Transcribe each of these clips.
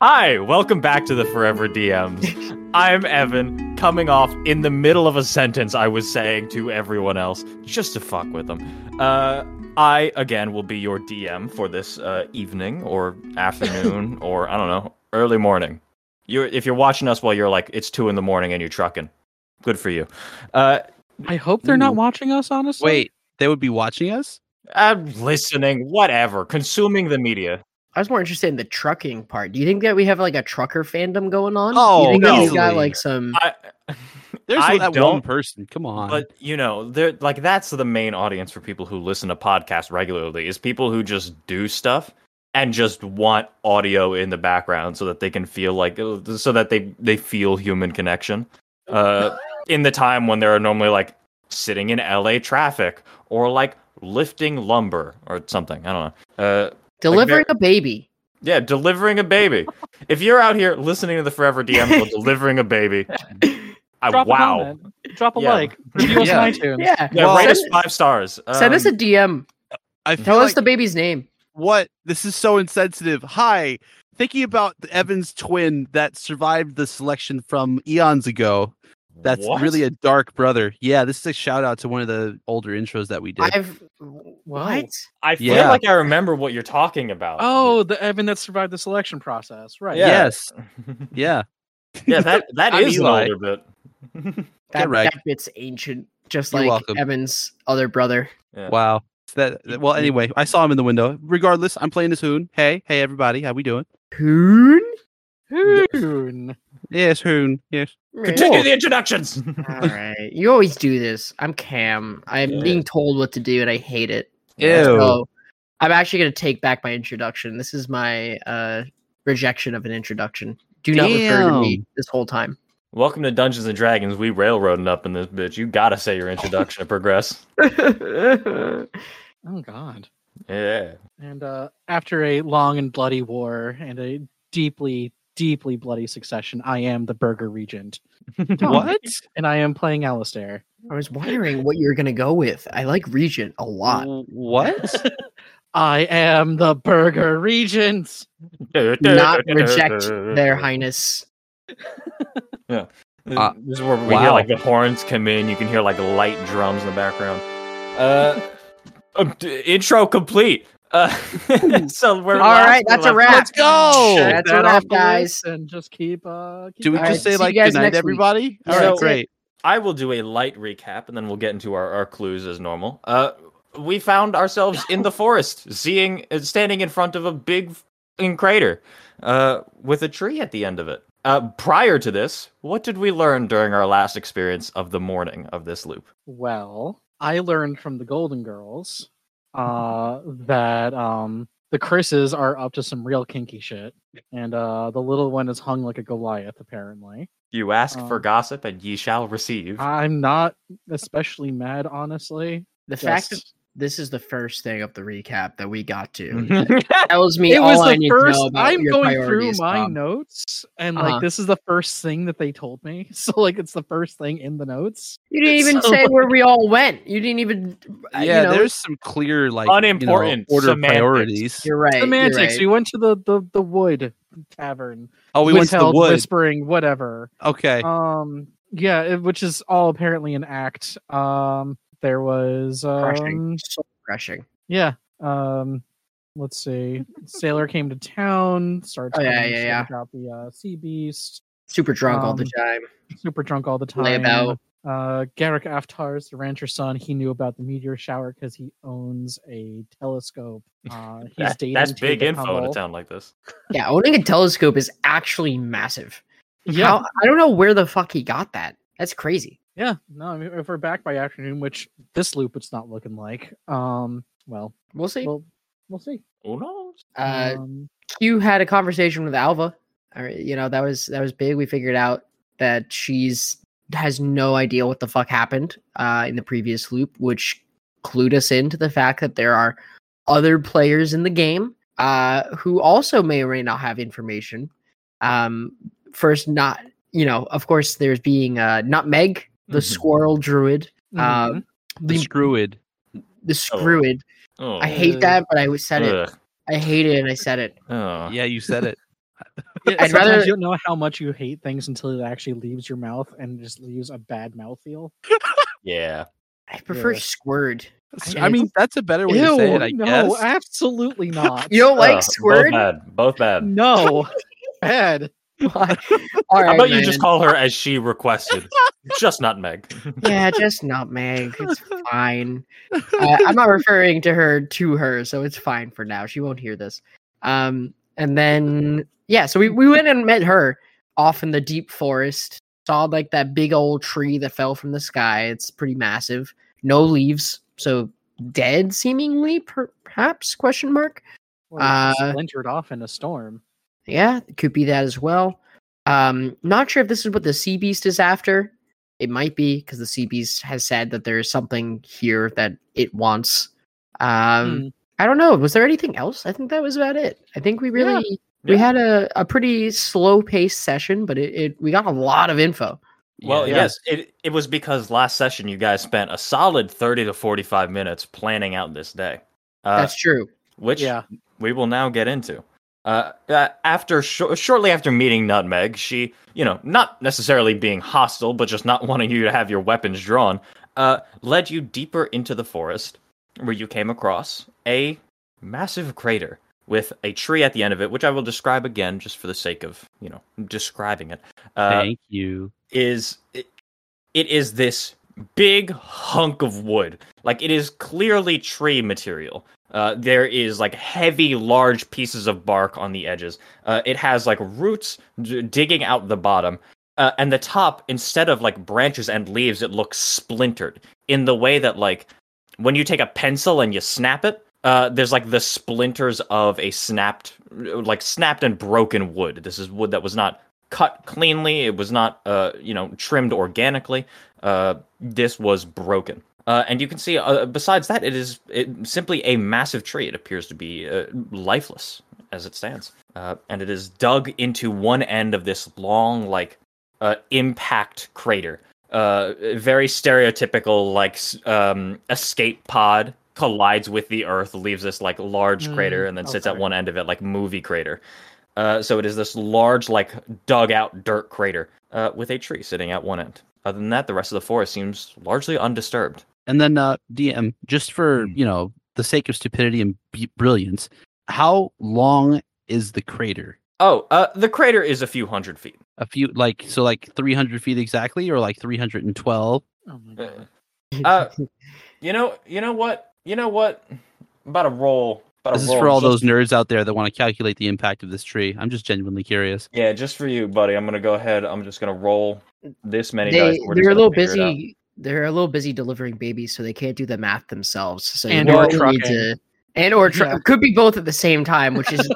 Hi, welcome back to the Forever DMs. I'm Evan, coming off in the middle of a sentence I was saying to everyone else, just to fuck with them. Uh, I, again, will be your DM for this uh, evening or afternoon or, I don't know, early morning. You're, if you're watching us while you're like, it's two in the morning and you're trucking, good for you. Uh, I hope they're Mm. not watching us, honestly. Wait, they would be watching us? I'm uh, listening, whatever, consuming the media. I was more interested in the trucking part. Do you think that we have like a trucker fandom going on? Oh, you think that we easily. got like some? I, There's I that one don't- person. Come on. But you know, they're like that's the main audience for people who listen to podcasts regularly is people who just do stuff and just want audio in the background so that they can feel like uh, so that they they feel human connection. Oh, Uh, in the time when they're normally like sitting in LA traffic or like lifting lumber or something. I don't know. Uh, delivering like a baby. yeah, delivering a baby. if you're out here listening to the Forever DM while delivering a baby, I, Drop uh, a wow. comment. Drop a Yeah. like. Review us Yeah. on iTunes. Yeah. Yeah, Well- rate us send, five stars. send us a Um, DM. I feel Tell us like the baby's name. what this is so insensitive. Hi, thinking about the Evan's twin that survived the selection from eons ago. That's what? really a dark brother. Yeah, this is a shout out to one of the older intros that we did. I've what? I feel Yeah. like I remember what you're talking about. Oh, the Evan that survived the selection process. Right. yeah. Yes. Yeah. yeah, that that I'm is an Eli. older bit. That, right. that bit's ancient, just You're like welcome. Evan's other brother. Yeah. Wow. So that well, anyway, I saw him in the window. Regardless, I'm playing as Hoon. Hey, hey everybody, how we doing? Hoon. Hoon. Yes, Hoon. Yes. Continue the introductions. All right. You always do this. I'm Cam. I'm Yeah. being told what to do, and I hate it. Ew. So I'm actually going to take back my introduction. This is my uh, rejection of an introduction. Do not refer to me Damn. this whole time. Welcome to Dungeons and Dragons. We railroading up in this bitch. You gotta say your introduction to progress. That's Oh God. Yeah. And uh, after a long and bloody war and a deeply, deeply bloody succession, I am the Burger Regent, Oh. What? and I am playing Alistair. I was wondering what you were going to go with. I like Regent a lot. What? I am the Burger Regent. Do Not reject their highness. Uh, this is where we hear wow. like the horns come in. You can hear like light drums in the background. Uh, um, d- intro complete. Uh, so we're All right, that's a wrap. Let's go. Check That's that a wrap, off the guys. list And just keep. Uh, keep Oh. Do we All going. just right, see say you like guys good night, next week. everybody? Yeah, All right, that's it. great. I will do a light recap and then we'll get into our, our clues as normal. Uh, we found ourselves in the forest, seeing uh, standing in front of a big fucking crater uh, with a tree at the end of it. Uh, prior to this, what did we learn during our last experience of the morning of this loop? Well, I learned from the Golden Girls uh, Mm-hmm. that um, the curses are up to some real kinky shit, and uh, the little one is hung like a Goliath. Apparently, You ask for Um, gossip and ye shall receive. I'm not especially mad, honestly. The fact that Just- this is the first thing of the recap that we got to yeah, tells me it all was I the need first. to know about I'm your going through priorities, my Bob. notes, and Uh-huh. like this is the first thing that they told me. So like it's the first thing in the notes. You didn't even So, say where we all went. You didn't even. uh, Yeah, you know, there's some clear like Unimportant you know, order of semantics. priorities. You're right. Semantics. You're right. We went to the the the wood tavern. Oh, we went to the Withheld woods. whispering, whatever. Okay. um yeah it, which is all apparently an act um there was crushing. um so crushing. yeah um let's see sailor came to town starts Oh, yeah, telling yeah, shit yeah. about the uh, sea beast Super drunk all the Um, time. super drunk all the time Layabout. uh garrick aftars the rancher's son he knew about the meteor shower because he owns a telescope uh he's that- dating that's Tade big info in a Howell. town like this. Yeah, owning a telescope is actually massive. yeah How, I don't know where the fuck he got that. That's crazy. yeah no i mean if we're back by afternoon which this loop it's not looking like um well We'll see. we'll we'll see Who knows? uh, um, Q had a conversation with Alva. All right, You know that was that was big. We figured out that she's has no idea what the fuck happened uh, in the previous loop, which clued us into the fact that there are other players in the game uh, who also may or may not have information. Um, first, not you know, of course, there's being uh, Nutmeg, the Mhm. squirrel druid, mhm. um, The the Screwed. the screwed. Oh, I hate that, but I said it. ugh, I hate it, and I said it. oh. Yeah, you said it. Yeah, I'd sometimes rather- you don't know how much you hate things until it actually leaves your mouth and just leaves a bad mouthfeel. Yeah. I prefer Yeah. squirt. I mean, that's a better way to say it, I no, guess. absolutely not. You don't like Ugh, Both squirt? bad. Both bad. no, bad. Why? All right, How about you man. just call her as she requested? just not Meg. yeah, just nutmeg. It's fine. Uh, I'm not referring to her to her, so it's fine for now. She won't hear this. Um, and then yeah, so we we went and met her off in the deep forest. Saw like that big old tree that fell from the sky. It's pretty massive. No leaves, so dead seemingly, per- perhaps? Question mark. Or it's Uh, splintered off in a storm. Yeah, it could be that as well. Um, not sure if this is what the sea beast is after. It might be because the sea beast has said that there is something here that it wants. Um, Hmm. I don't know. Was there anything else? I think that was about it. I think we Yeah. really we Yeah. had a, a pretty slow paced session, but it, it we got a lot of info. Well, Yeah. yes, it it was because last session you guys spent a solid thirty to forty five minutes planning out this day, uh, That's true. which yeah, we will now get into. Uh, uh, after shor- shortly after meeting Nutmeg, she, you know, not necessarily being hostile, but just not wanting you to have your weapons drawn, uh, led you deeper into the forest, where you came across a massive crater with a tree at the end of it, which I will describe again just for the sake of, you know, describing it. Uh, Thank you. is it, it is this big hunk of wood. Like it is clearly tree material. Uh, there is like heavy, large pieces of bark on the edges. Uh, it has like roots d- digging out the bottom. Uh, and the top, instead of like branches and leaves, it looks splintered in the way that like when you take a pencil and you snap it, uh, there's like the splinters of a snapped, like snapped and broken wood. This is wood that was not cut cleanly. It was not, uh, you know, trimmed organically. Uh, this was broken. Uh, and you can see, uh, besides that, it is it, simply a massive tree. It appears to be uh, lifeless as it stands. Uh, and it is dug into one end of this long, like, uh, impact crater. Uh, very stereotypical, like, s- um, escape pod collides with the earth, leaves this, like, large Mm, crater, and then sits at okay. one end of it, like, movie crater. Uh, so it is this large, like dug out dirt crater uh, with a tree sitting at one end. Other than that, the rest of the forest seems largely undisturbed. And then uh, DM, just for you know the sake of stupidity and b- brilliance, how long is the crater? Oh, uh, the crater is a few hundred feet. A few like so like three hundred feet exactly, or like three hundred and twelve. oh my Uh, god, Uh, you know, you know what, you know what? I'm about a roll. About This a is roll for all just- those nerds out there that want to calculate the impact of this tree. I'm just genuinely curious. Yeah, just for you, buddy. I'm gonna go ahead. I'm just gonna roll this many dice. they We're just they're gonna a little figure it out. busy. They're a little busy delivering babies, so they can't do the math themselves. So you And or really need trucking. to- and or tru- Yeah. could be both at the same time, which is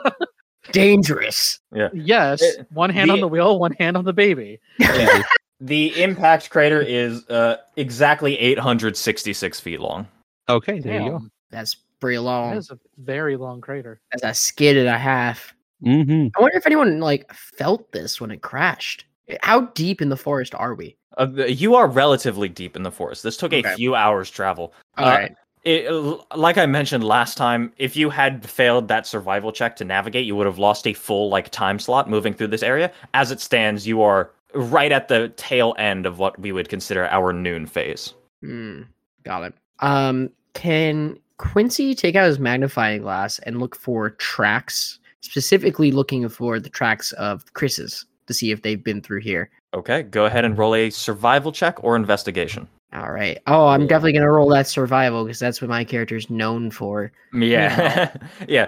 dangerous. yes, it- one hand on the- the wheel, one hand on the baby. Yeah. the impact crater is uh, exactly 866 feet long. Okay, there you go. Damn, That's pretty long. That is a very long crater. That's a skid and a half. Mm-hmm. I wonder if anyone like felt this when it crashed. How deep in the forest are we? Uh, you are relatively deep in the forest. This took Okay. a few hours travel. All right. it, uh, like I mentioned last time, if you had failed that survival check to navigate, you would have lost a full like time slot moving through this area. As it stands, you are right at the tail end of what we would consider our noon phase. Hmm, got it. Um, can Quincy take out his magnifying glass and look for tracks, specifically looking for the tracks of Chris's to see if they've been through here? Okay, go ahead and roll a survival check or investigation. All right. Oh, I'm Yeah. definitely gonna roll that survival because that's what my character is known for. Yeah, yeah.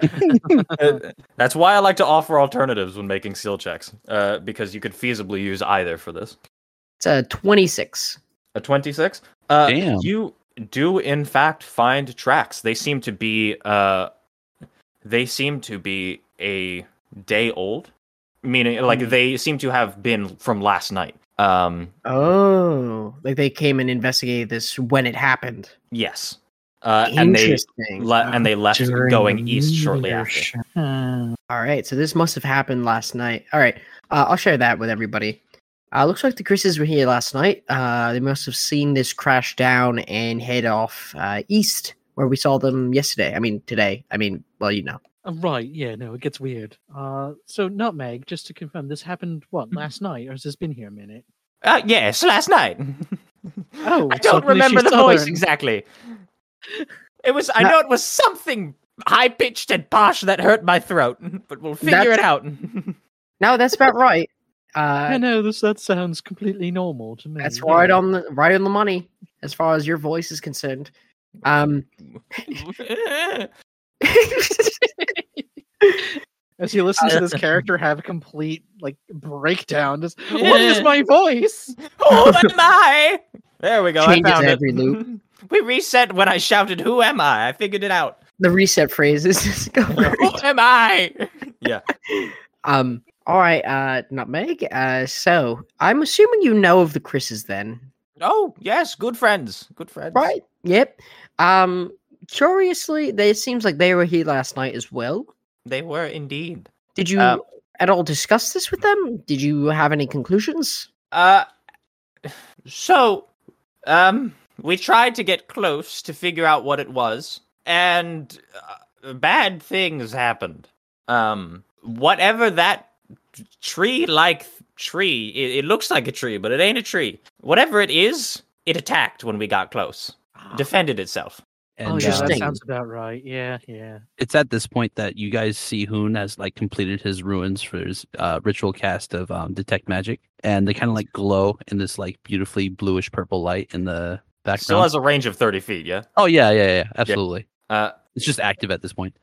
Uh, That's why I like to offer alternatives when making seal checks, uh, because you could feasibly use either for this. It's a 26. A 26? Uh, Damn. You do, in fact, find tracks. They seem to be, uh, they seem to be a day old, meaning like Hmm. they seem to have been from last night. Um, Oh, like they came and investigated this when it happened. yes. Uh, and they Interesting. le- and they left During going the east shortly meteor after. shower. Hmm. All right, so this must have happened last night. All right, uh, I'll share that with everybody. Uh, looks like the Chris's were here last night. Uh, they must have seen this crash down and head off uh, east, where we saw them yesterday. I mean, today. I mean, well, you know. Uh, right, yeah, no, it gets weird. Uh, so nutmeg, just to confirm, this happened what last night, or has this been here a minute? Uh, yes, last night. Oh, I don't suddenly remember she's the voice Southern. exactly. It was. I That- know it was something high pitched and posh that hurt my throat, but we'll figure it That's- out. No, that's about right. Uh, I know this. That sounds completely normal to me. That's right on the right on the money as far as your voice is concerned. Um, As you listen to this character have a complete like breakdown, just what is my voice? Oh, Who am I? There we go. Changes I found every it. loop. We reset when I shouted, "Who am I?" I figured it out. the reset phrase is discovered. Who am I? Yeah. Um, all right, uh, nutmeg. Uh, so I'm assuming you know of the Chris's then, Oh yes, good friends. Good friends. right? Yep. Um, curiously, they, it seems like they were here last night as well. They were indeed. Did you Um, at all discuss this with them? Did you have any conclusions? Uh, so, um, we tried to get close to figure out what it was, and uh, bad things happened. Um, whatever that tree-like th- tree, it, it looks like a tree, but it ain't a tree. Whatever it is, it attacked when we got close, Ah. defended itself. And, uh, oh, yeah, that Interesting. sounds about right. Yeah, yeah. it's at this point that you guys see Hoon has like completed his ruins for his uh, ritual cast of um, detect magic, and they kind of like glow in this like beautifully bluish purple light in the background. Still has a range of thirty feet. Yeah. oh yeah, yeah, yeah, absolutely. Uh, It's just active at this point.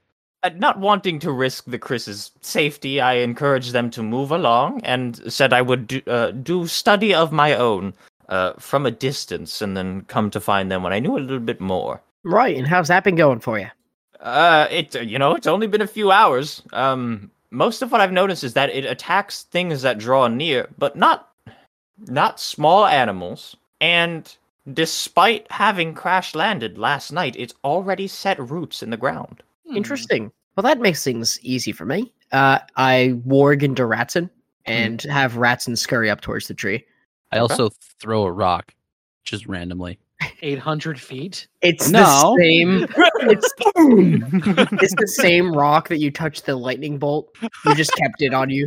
Uh, not wanting to risk the Chris's safety, I encouraged them to move along and said I would do, uh, do study of my own uh, from a distance and then come to find them when I knew a little bit more. Right, and how's that been going for you? Uh, it you know it's only been a few hours. Um, most of what I've noticed is that it attacks things that draw near, but not not small animals. And despite having crash landed last night, it's already set roots in the ground. Hmm. Interesting. Well, that makes things easy for me. Uh, I warg into Hmm. Ratson and have Ratson scurry up towards the tree. I Okay. also throw a rock just randomly. Eight hundred feet. It's No. the same. It's, it's the same rock that you touched the lightning bolt. You just kept it on you.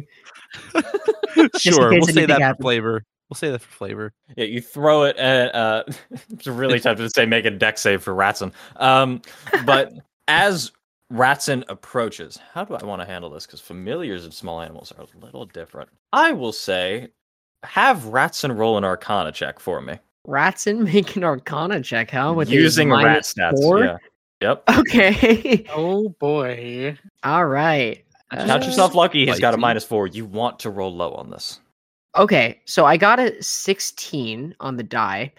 in sure, we'll case say anything that for happens. flavor. We'll say that for flavor. Yeah, you throw it at. Uh, it's really tough to say make a deck save for Ratson. Um, but as Ratson approaches, how do I want to handle this? Because familiars of small animals are a little different. I will say, have Ratson roll an Arcana check for me Ratson make an Arcana check, huh? Oh, With his using rat minus stats. four? Yeah. Yep. Okay. Oh boy. All right. Count Uh, yourself lucky. He's got a spicy. minus four. You want to roll low on this. Okay, so I got a 16 on the die.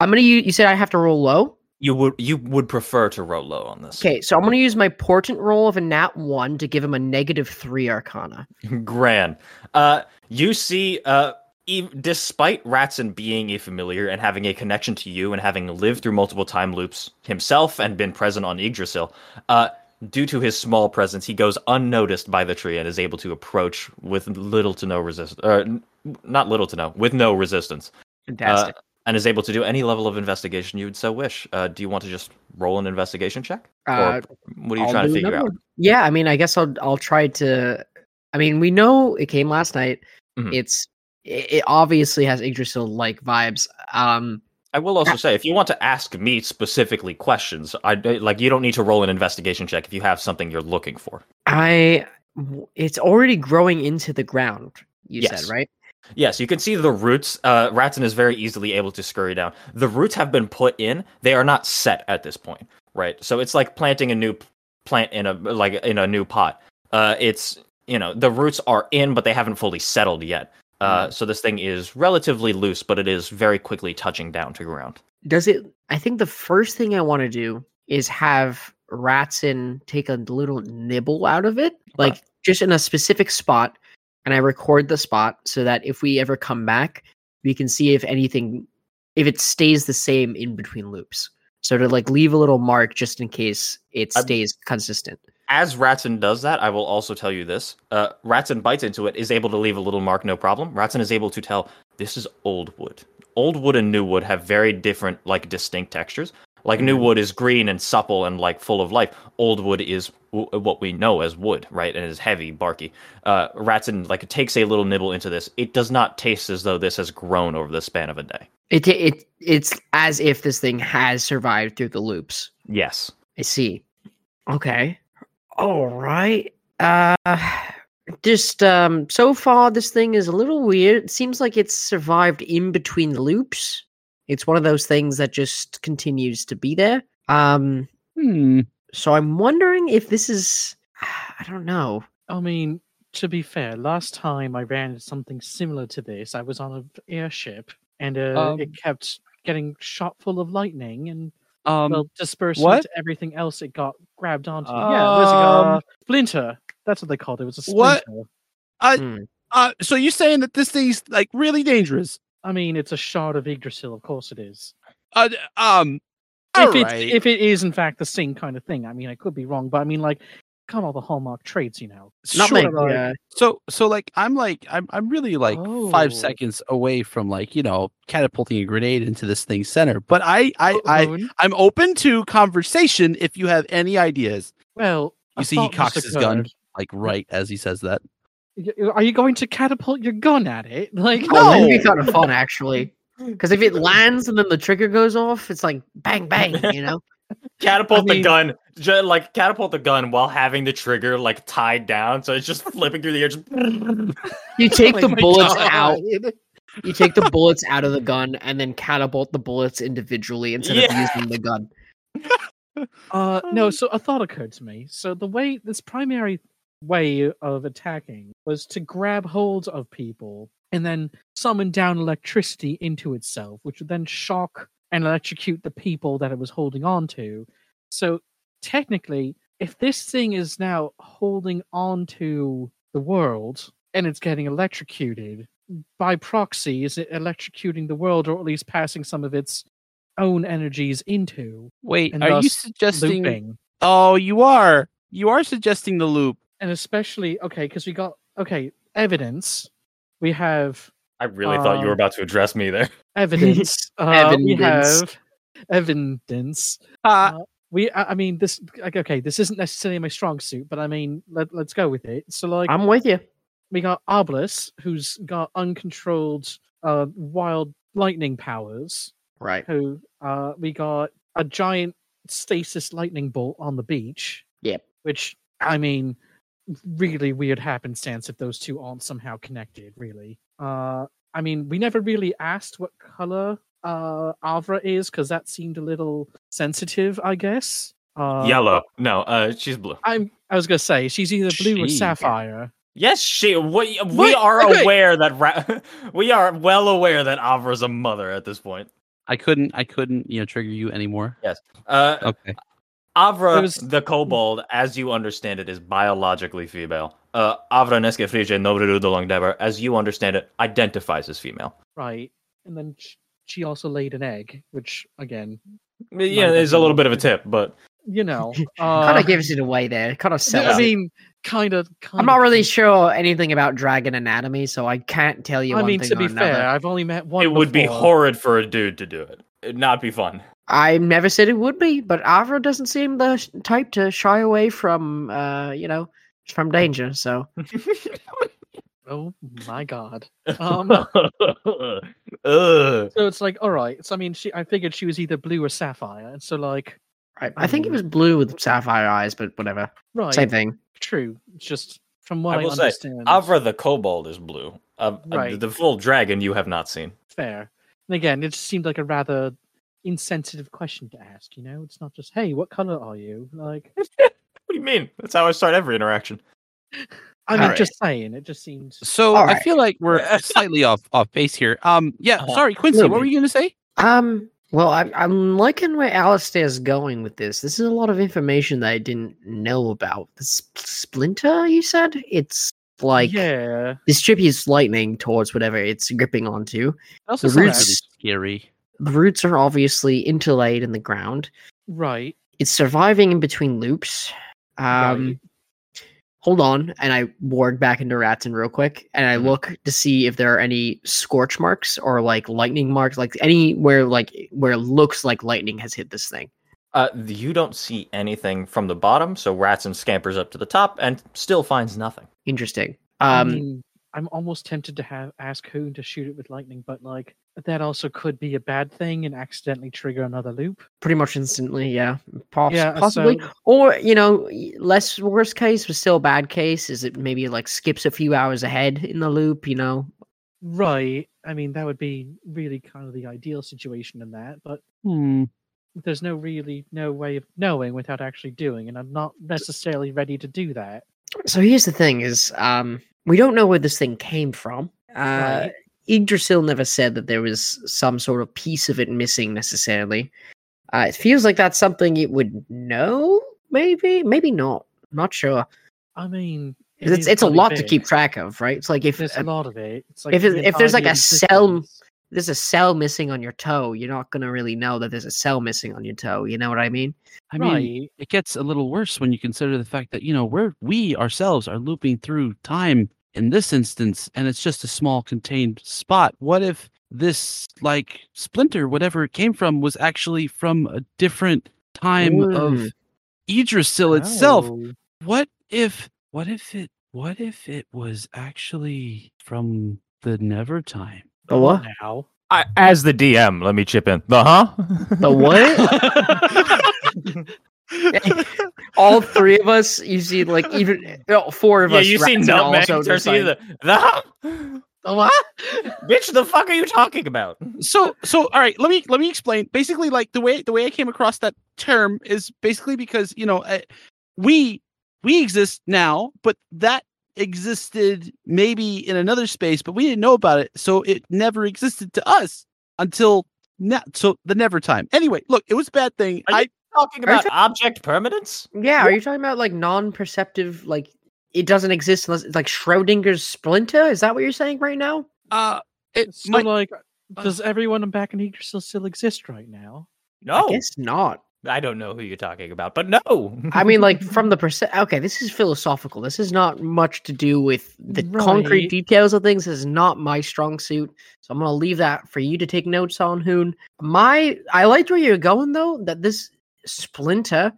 I'm gonna use. You said I have to roll low. You would you would prefer to roll low on this. Okay, so I'm gonna use my portent roll of a nat one to give him a negative three Arcana. Gran. Uh, you see, uh, ev despite Ratson being a familiar and having a connection to you and having lived through multiple time loops himself and been present on Yggdrasil, uh, due to his small presence, he goes unnoticed by the tree and is able to approach with little to no resistance. Uh, n- not little to no, with no resistance. Uh, Fantastic. and is able to do any level of investigation you would so wish. Uh, do you want to just roll an investigation check? Uh, or what are you I'll trying to do figure another out? one. Yeah, I mean, I guess I'll I'll try to. I mean, we know it came last night. Mhm. It's it, it obviously has Yggdrasil like vibes. Um, I will also say, if you want to ask me specifically questions, I like you don't need to roll an investigation check if you have something you're looking for. I it's already growing into the ground. You Yes. said right. Yes, you can see the roots. Uh, Ratson is very easily able to scurry down. The roots have been put in; they are not set at this point, right? So it's like planting a new p- plant in a like in a new pot. Uh, it's you know the roots are in, but they haven't fully settled yet. Uh, so this thing is relatively loose, but it is very quickly touching down to ground. Does it? I think the first thing I want to do is have Ratson take a little nibble out of it, like just in a specific spot, and I record the spot so that if we ever come back, we can see if anything, if it stays the same in between loops. So to like leave a little mark just in case it I'm- stays consistent. as Ratson does that, I will also tell you this. Uh, Ratson bites into it, is able to leave a little mark, no problem. Ratson is able to tell this is old wood. Old wood and new wood have very different, like distinct textures. Like new wood is green and supple and like full of life. Old wood is w- uh, what we know as wood, right? And is heavy, barky. Uh, Ratson like takes a little nibble into this. It does not taste as though this has grown over the span of a day. It it it's as if this thing has survived through the loops. Yes. I see. Okay. All right. Uh just um so far this thing is a little weird. It seems like it's survived in between loops. It's one of those things that just continues to be there. Um Hmm. so I'm wondering if this is I don't know. I mean, to be fair, last time I ran into something similar to this, I was on an airship and uh, Um, it kept getting shot full of lightning and Um, well dispersed what? into everything else it got grabbed onto. yeah, it was like Um, a splinter. That's what they called it. It was a What? splinter. uh, so you're saying that this thing's like really dangerous? I mean, it's a shard of Yggdrasil. Of course, it is. Uh, d- um, if it's alright. if it is in fact the same kind of thing. I mean, I could be wrong, but I mean, like, come on, the hallmark traits, you know. Not sure. like uh, So so like I'm like I'm I'm really like Oh. five seconds away from like you know catapulting a grenade into this thing's center, but I Oh, I I Moon? I'm open to conversation if you have any ideas. well, You a see, he thought just cocks his gun occurred. like right as he says that. Y- Are you going to catapult your gun at it? Like, Oh, that'd be No. kind of fun actually. Because if it lands and then the trigger goes off, it's like bang bang, you know. Catapult I the mean- gun, ju- like catapult the gun while having the trigger like tied down, so it's just flipping through the air. Just Oh You take the my bullets God. out. You take the bullets out of the gun and then catapult the bullets individually instead Yeah. of using the gun. Uh, no, so a thought occurred to me. So the way this primary way of attacking was to grab hold of people and then summon down electricity into itself, which would then shock and electrocute the people that it was holding on to. So technically, if this thing is now holding on to the world and it's getting electrocuted, by proxy, is it electrocuting the world or at least passing some of its own energies into Wait, And are you thus suggesting? looping? Oh, you are. You are suggesting the loop. and especially okay because we got okay evidence we have I really thought you were Um, about to address me there. evidence uh, we Evidence. have evidence Uh, we i I mean this like okay this isn't necessarily my strong suit but i mean let, let's go with it so like I'm with you. we got Oblis, who's got uncontrolled uh wild lightning powers Right. who uh we got a giant stasis lightning bolt on the beach Yep. which I mean, really weird happenstance if those two aren't somehow connected. Really, uh, I mean, we never really asked what color uh, Avra is because that seemed a little sensitive, I guess. Uh, Yellow. No, uh, she's blue. I'm. I was gonna say she's either blue or She- sapphire. Yes, she. We, we What? are Okay. aware that ra- we are well aware that Avra's a mother at this point. I couldn't. I couldn't. You know, trigger you anymore. Uh, Okay. Avra, It was- the kobold, as you understand it, is biologically female. Uh, Avra Neskefrige Novru Dolongdeber, as you understand it, identifies as female. Right, and then sh- she also laid an egg, which again, Yeah, there's a little bit of a tip, but you know, kind uh, of gives it away there. Kind of sells. I it. mean, kind of. I'm not really sure anything about dragon anatomy, so I can't tell you. I one mean, thing to be or another. fair, I've only met one. it would be before. horrid for a dude to do it. It'd not be fun. I never said it would be, but Avra doesn't seem the sh- type to shy away from, uh, you know, from danger. So Oh my god. Um, Ugh. So it's like, all right. So I mean, she. I figured she was either blue or sapphire, and so like, right. I think it was blue with sapphire eyes, but whatever. right, Same thing. true. It's Just from what I I, will say, understand, Avra the kobold is blue. Uh, uh, Right. the full dragon you have not seen. fair. And again, it just seemed like a rather insensitive question to ask. You know, it's not just, hey, what color are you? Like, What do you mean? That's how I start every interaction. I mean, Alright. just saying. It just seems. So All I right. feel like we're slightly off off base here. Um. Yeah. Uh-huh. Sorry, Quincy. Little What were you gonna say? Um. Well, I'm I'm liking where Alistair's going with this. This is a lot of information that I didn't know about. The s- splinter, you said it's like yeah. distributes lightning towards whatever it's gripping onto. Also, the saw that. roots- Really scary. The roots are obviously interlaid in the ground. Right. It's surviving in between loops. Um, Right. hold on, and I warg back into Ratson real quick, and I Mhm. look to see if there are any scorch marks or like lightning marks, like anywhere like where it looks like lightning has hit this thing. Uh, you don't see anything from the bottom, so Ratson scampers up to the top and still finds nothing. Interesting. I Um, mean, I'm almost tempted to have ask Hoon to shoot it with lightning, but like that also could be a bad thing and accidentally trigger another loop. pretty much instantly, yeah, Poss- Yeah, possibly. so- Or you know, y- less worst case, but still a bad case. Is it maybe like skips a few hours ahead in the loop? You know, Right. I mean, that would be really kind of the ideal situation in that, but Hmm. there's no really no way of knowing without actually doing, and I'm not necessarily ready to do that. So here's the thing: is um, we don't know where this thing came from. Uh, Right. Yggdrasil never said that there was some sort of piece of it missing necessarily. Uh, it feels like that's something it would know. Maybe, maybe not. Not sure. I mean, it 'Cause It's is it's a bloody lot to big. keep track of, right? It's like if There's uh, a lot of it. It's like if the it- if there's, entirety like, of a the cell m- systems. there's a cell missing on your toe, you're not gonna really know that there's a cell missing on your toe. You know what I mean? I mean, right. it gets a little worse when you consider the fact that you know we're we ourselves are looping through time in this instance and it's just a small contained spot what if this like splinter whatever it came from was actually from a different time Mm. of Yggdrasil itself Oh, what if what if it what if it was actually from the never time The what? now. I, as the DM, let me chip in. The huh? The what? All three of us, you see, like even no, four of yeah, us. you see Ratson nutmeg also turn just, to you, like, the, the huh? "Oh, what? Bitch, the fuck are you talking about? so so all right let me let me explain basically like the way the way i came across that term is basically because you know I, we we exist now but that existed maybe in another space but we didn't know about it so it never existed to us until now so the never time anyway look it was a bad thing Are you- i Talking Are you about object permanence? Yeah, are you talking about like non-perceptive? Like it doesn't exist unless it's like Schrodinger's splinter. Is that what you're saying right now? uh it So might like, does everyone back in Yggdrasil still exist right now? No, I guess not. I don't know who you're talking about, but no. I mean, like from the percent. Okay, this is philosophical. This is not much to do with the concrete Right. details of things. This is not my strong suit, so I'm gonna leave that for you to take notes on, Hoon. My, I liked where you're going though. That this splinter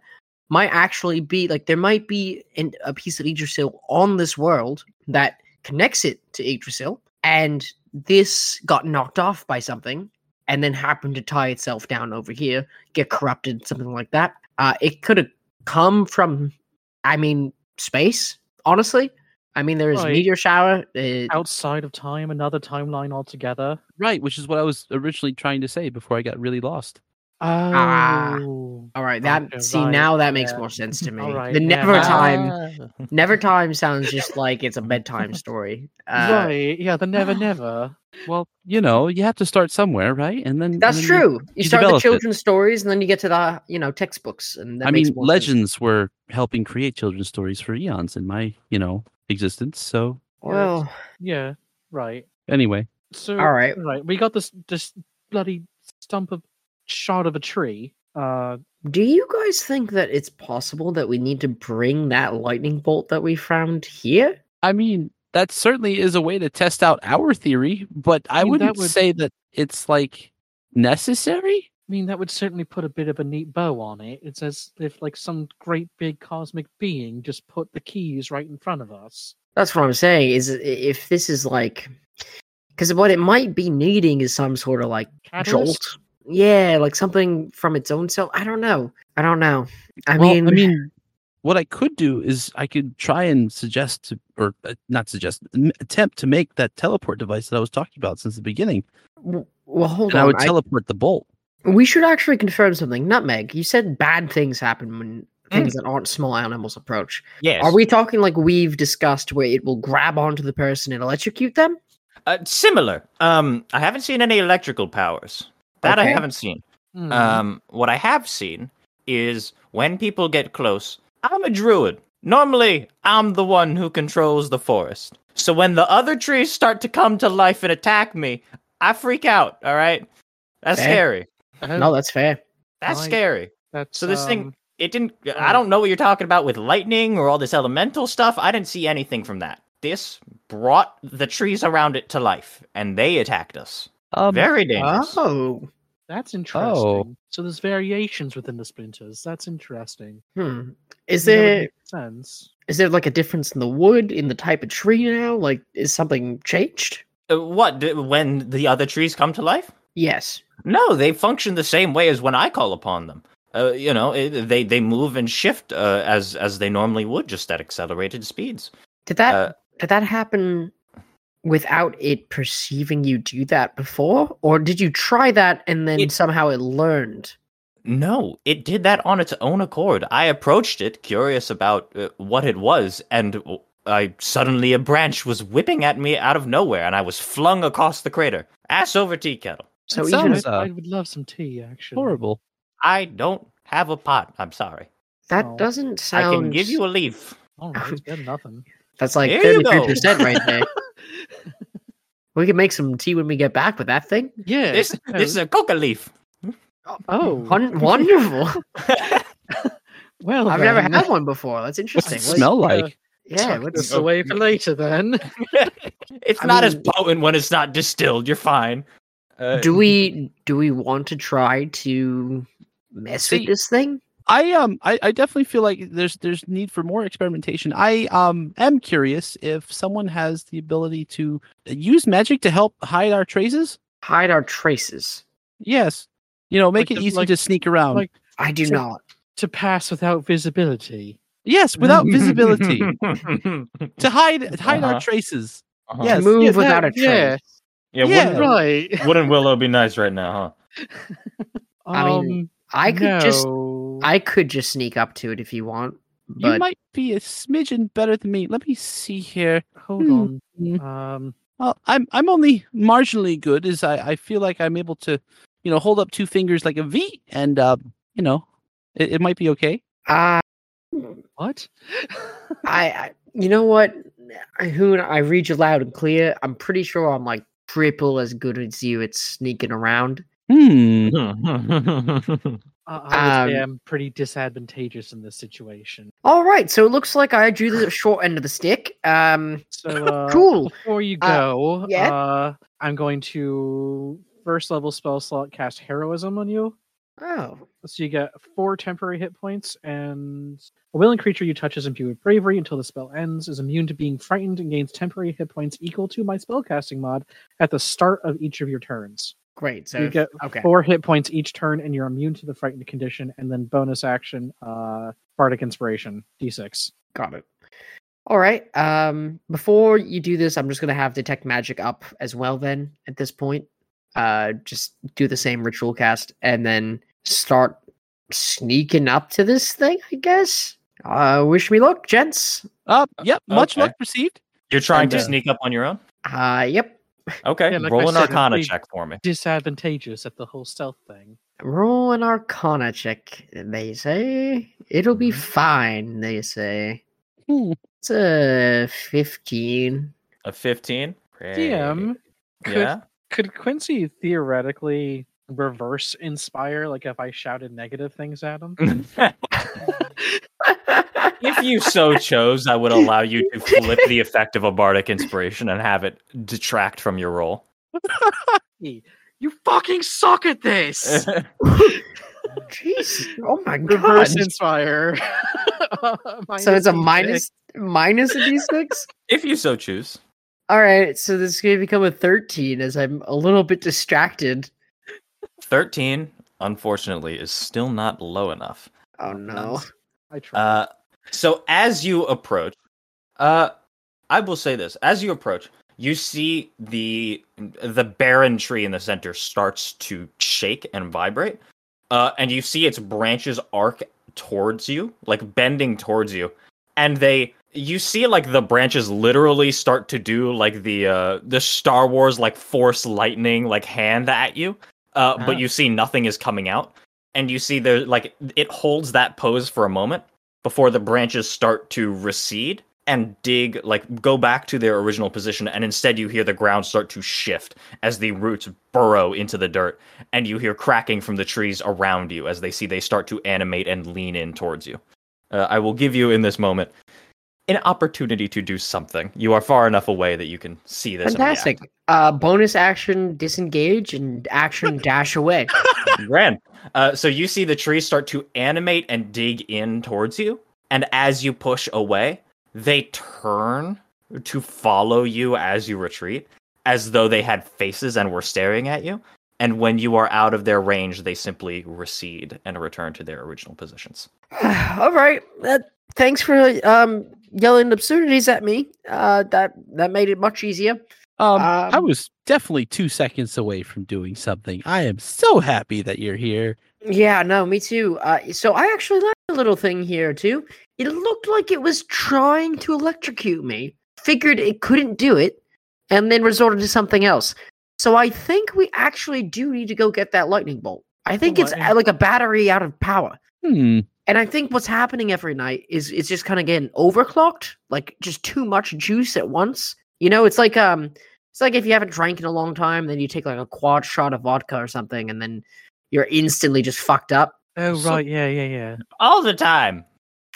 might actually be like there might be an, a piece of Yggdrasil on this world that connects it to Yggdrasil, and this got knocked off by something, and then happened to tie itself down over here, get corrupted, something like that. Uh, it could have come from, I mean, space. Honestly, I mean, there is Right. meteor shower. Uh, Outside of time, another timeline altogether. right which is what i was originally trying to say before i got really lost Oh, Ah, all right, that Okay, see right, now that makes yeah. more sense to me. All right, the yeah, never now- time, never time sounds just like it's a bedtime story. Uh, right. Yeah, the never, never. well you know you have to start somewhere right and then and That's then you- true. You, you start the developed it. children's stories, and then you get to the you know textbooks, and that I makes mean, more sense. legends were helping create children's stories for eons in my, you know, existence. So Well, Yeah, right. anyway, So, all right. right, we got this this bloody stump of shot of a tree. Uh, Do you guys think that it's possible that we need to bring that lightning bolt that we found here? I mean, that certainly is a way to test out our theory, but I, I mean, that wouldn't would- say that it's like necessary. I mean, that would certainly put a bit of a neat bow on it. It's as if like some great big cosmic being just put the keys right in front of us. That's what I'm saying. Is i- if this is like, because what it might be needing is some sort of like Catalyst? jolt. Yeah, like something from its own self. I don't know. I don't know. I Well, mean, I mean, what I could do is I could try and suggest to, or uh, not suggest, m- attempt to make that teleport device that I was talking about since the beginning, w- well, hold and I on. would I- teleport the bolt. we should actually confirm something. Nutmeg, you said bad things happen when things that aren't small animals approach. yes. Are we talking like we've discussed where it will grab onto the person and electrocute them? uh, similar? Um, I haven't seen any electrical powers. That I Okay. haven't seen. Hmm. uh, Um, what I have seen is when people get close. I'm a druid. Normally, I'm the one who controls the forest. So when the other trees start to come to life and attack me, I freak out. All right, that's Fair. scary. Uh, No, that's fair. That's Right. scary. that's so this thing- um, It didn't. I don't know what you're talking about with lightning or all this elemental stuff. I didn't see anything from that. This brought the trees around it to life, and they attacked us. Um, Very dangerous. Oh, That's interesting. So there's variations within the splinters. That's interesting. hmm. Is That would it? make sense? Is there like a difference in the wood, in the type of tree now? Like, is something changed? Uh, What? d- When the other trees come to life? Yes. No, they function the same way as when I call upon them. Uh, you know, it, they they move and shift uh, as as they normally would, just at accelerated speeds. Did that Uh, did that happen without it perceiving you do that before, or did you try that and then It- somehow it learned? No, it did that on its own accord. I approached it, curious about uh, what it was, and w- I suddenly a branch was whipping at me out of nowhere, and I was flung across the crater, ass over tea kettle. So That even sounds, if- uh, I, I would love some tea, actually. Horrible. I don't have a pot. I'm sorry. that Oh. doesn't I sound. can give you a leaf. All right, it's good, nothing. That's like There you thirty go. three percent right there. we can make some tea when we get back with that thing. Yeah. This this is a coca leaf. oh, Won- wonderful! well, I've never then. had one before. That's What's interesting. it Let's- smell like? Yeah, Tuck let's this away for later then. It's I not as mean- potent when it's not distilled. You're fine. Uh, do we do we want to try to mess See- with this thing? I um I, I definitely feel like there's there's need for more experimentation. I um am curious if someone has the ability to use magic to help hide our traces. Hide our traces. Yes. You know, make Like it the- easy like- to sneak around. like- I do So- not. to pass without visibility. yes, without visibility. To hide hide Uh-huh. our traces. Uh-huh. Yes. Move yes, without a that- trace. Yeah, Yeah, Yeah. wouldn't, right. wouldn't Willow be nice right now, I mean, um, I could just no. I could just sneak up to it if you want. you But might be a smidgen better than me. Let me see here. hold Hmm. on. Um, Well, I'm I'm only marginally good. Is I I feel like I'm able to, you know, hold up two fingers like a V, and uh, you know, it, it might be okay. uh, what? I, I you know what? Hoon, I read you loud and clear. I'm pretty sure I'm like triple as good as you at sneaking around. Hmm. huh? I, I would say Um, I'm pretty disadvantageous in this situation. All right, so it looks like I drew the short end of the stick. Um, So uh, Cool. Before you Uh, go, yeah? uh, I'm going to first level spell slot cast heroism on you. oh, So you get four temporary hit points, and a willing creature you touch is imbued with bravery until the spell ends, is immune to being frightened, and gains temporary hit points equal to my spellcasting mod at the start of each of your turns. great. So you get okay, four hit points each turn, and you're immune to the frightened condition, and then bonus action, uh, bardic inspiration, d6. got it. All right. Um, before you do this, I'm just gonna have detect magic up as well. Then at this point, uh, just do the same ritual cast and then start sneaking up to this thing. I guess. Uh, wish me luck, gents. Uh, yep. Much okay. luck received. You're trying to And, uh, sneak up on your own? Uh, yep. Okay, yeah, like roll I an said, arcana we- check for me. Disadvantageous at the whole stealth thing. Roll an Arcana check. They say it'll be Mhm. fine. They say Hmm. it's a fifteen. A 15? Great. DM, could Yeah? could Quincy theoretically reverse inspire? Like if I shouted negative things at him? if you so chose, I would allow you to flip the effect of a bardic inspiration and have it detract from your roll. Hey, You fucking suck at this. Jeez. Oh my god. Reverse inspire. So it's a D6. minus minus a d6? if you so choose. Alright, so this is gonna become a 13 as I'm a little bit distracted. 13, unfortunately, is still not low enough. Oh no. I tried. Uh, so as you approach, uh, I will say this: as you approach, you see the the barren tree in the center starts to shake and vibrate, uh, and you see its branches arc towards you, like bending towards you, and they you see like the branches literally start to do like the uh the Star Wars like force lightning like hand at you, uh, Ah. but you see nothing is coming out, and you see there like it holds that pose for a moment before the branches start to recede and dig like go back to their original position and instead you hear the ground start to shift as the roots burrow into the dirt and you hear cracking from the trees around you as they see they start to animate and lean in towards you uh, i will give you in this moment an opportunity to do something you are far enough away that you can see this and Fantastic. Uh, bonus action disengage and action dash away. react. Ran. Uh, so you see the trees start to animate and dig in towards you and as you push away they turn to follow you as you retreat, as though they had faces and were staring at you. And when you are out of their range, they simply recede and return to their original positions. All right. Uh, thanks for um, yelling obscenities at me. Uh, that that made it much easier. Um, Um, I was definitely two seconds away from doing something. I am so happy that you're here. Yeah, no, me too. Uh, so I actually learned a little thing here too. It looked like it was trying to electrocute me. Figured it couldn't do it, and then resorted to something else. So I think we actually do need to go get that lightning bolt. I think it's lightning uh, like a battery out of power. Hmm. And I think what's happening every night is it's just kind of getting overclocked, like just too much juice at once. You know, it's like um, it's like if you haven't drank in a long time, then you take like a quad shot of vodka or something, and then you're instantly just fucked up. Oh So- right, yeah, yeah, yeah. All the time.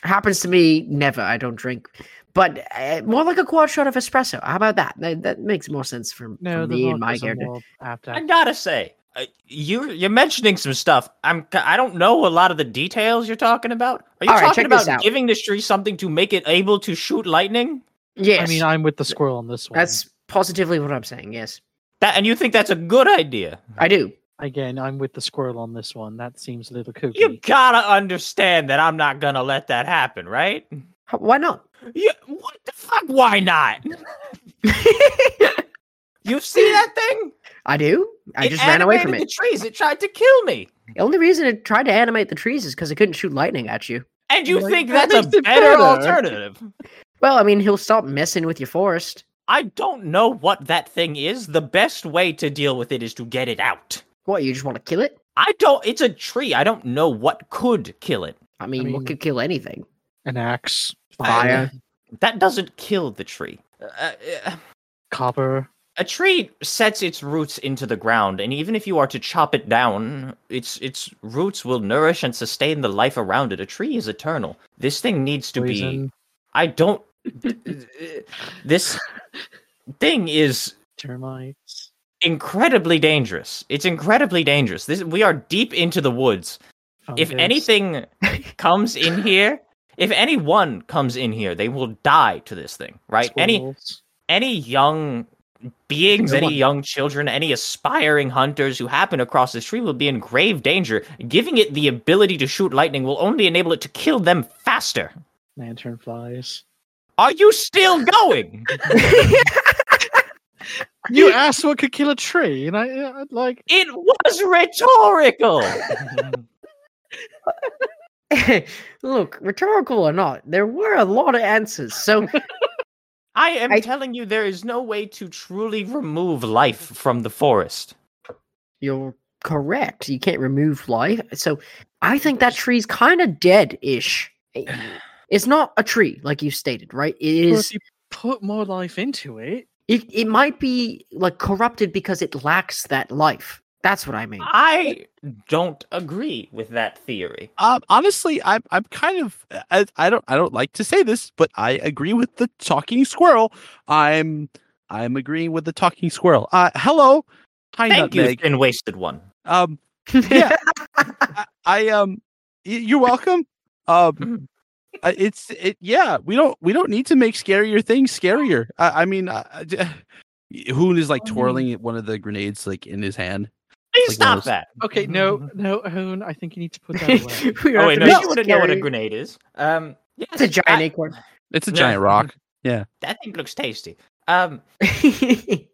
Happens to me never. I don't drink, but uh, more like a quad shot of espresso. How about that? That, that makes more sense for, No, for the me and my vodka's a character. little apt I act. gotta say, uh, you you're mentioning some stuff. I'm I don't know a lot of the details you're talking about. Are you All right, talking check this about out. giving this tree something to make it able to shoot lightning? Yes, I mean, I'm with the squirrel on this one. that's positively what I'm saying. Yes, That and you think that's a good idea? I do. again. I'm with the squirrel on this one. That seems a little kooky. You gotta understand that I'm not gonna let that happen, right? H- Why not? You, what the fuck? Why not? You see that thing? I do. I It just ran away from animated it. The trees. It tried to kill me. The only reason it tried to animate the trees is because it couldn't shoot lightning at you. And you Like, think that that's a makes better, it better. alternative? Well, I mean, he'll stop messing with your forest. I don't know what that thing is. The best way to deal with it is to get it out. What, you just want to kill it? I don't. It's a tree. I don't know what could kill it. I mean, mean- what could kill anything? An axe, Fire. That doesn't kill the tree. Uh, uh, copper. a tree sets its roots into the ground, and even if you are to chop it down, its its roots will nourish and sustain the life around it. A tree is eternal. This thing needs to be poison, I don't. this thing is termites. incredibly dangerous. It's incredibly dangerous. This we are deep into the woods. If fungus. anything comes in here, if anyone comes in here, they will die to this thing, right? Any Squirrels. any young beings, No any one. young children, any aspiring hunters who happen across this tree will be in grave danger. Giving it the ability to shoot lightning will only enable it to kill them faster. lantern flies. Are you still going? You asked what could kill a tree, and I, I I'd like. It was rhetorical. Look, rhetorical or not, there were a lot of answers. So, I am I- telling you, there is no way to truly remove life from the forest. You're correct. You can't remove life. So I think that tree's kind of dead ish. It's not a tree, like you stated, right? It Well, is. if you put more life into it, It, it might be like corrupted because it lacks that life. That's what I Ah. mean. I don't agree with that theory. Um, honestly, I'm I'm kind of uh, I, I don't I don't like to say this, but I agree with the talking squirrel. I'm I'm agreeing with the talking squirrel. Uh, hello, hi Thank you, nutmeg. thin wasted one. Um, yeah, I, I um, y- you're welcome. Mm. Um, uh, it's it. Yeah, we don't we don't need to make scarier things scarier. I, I mean, uh, uh, d- Hoon is like I mean- twirling at one of the grenades like in his hand. Please Like stop those- that. okay, no, no, Hoon, I think you need to put that away. We Oh have wait, to no, make you it wouldn't know what a scary. grenade is. Um, yes, It's a giant that, acorn. It's a Yeah. giant rock. that thing looks tasty. Um, I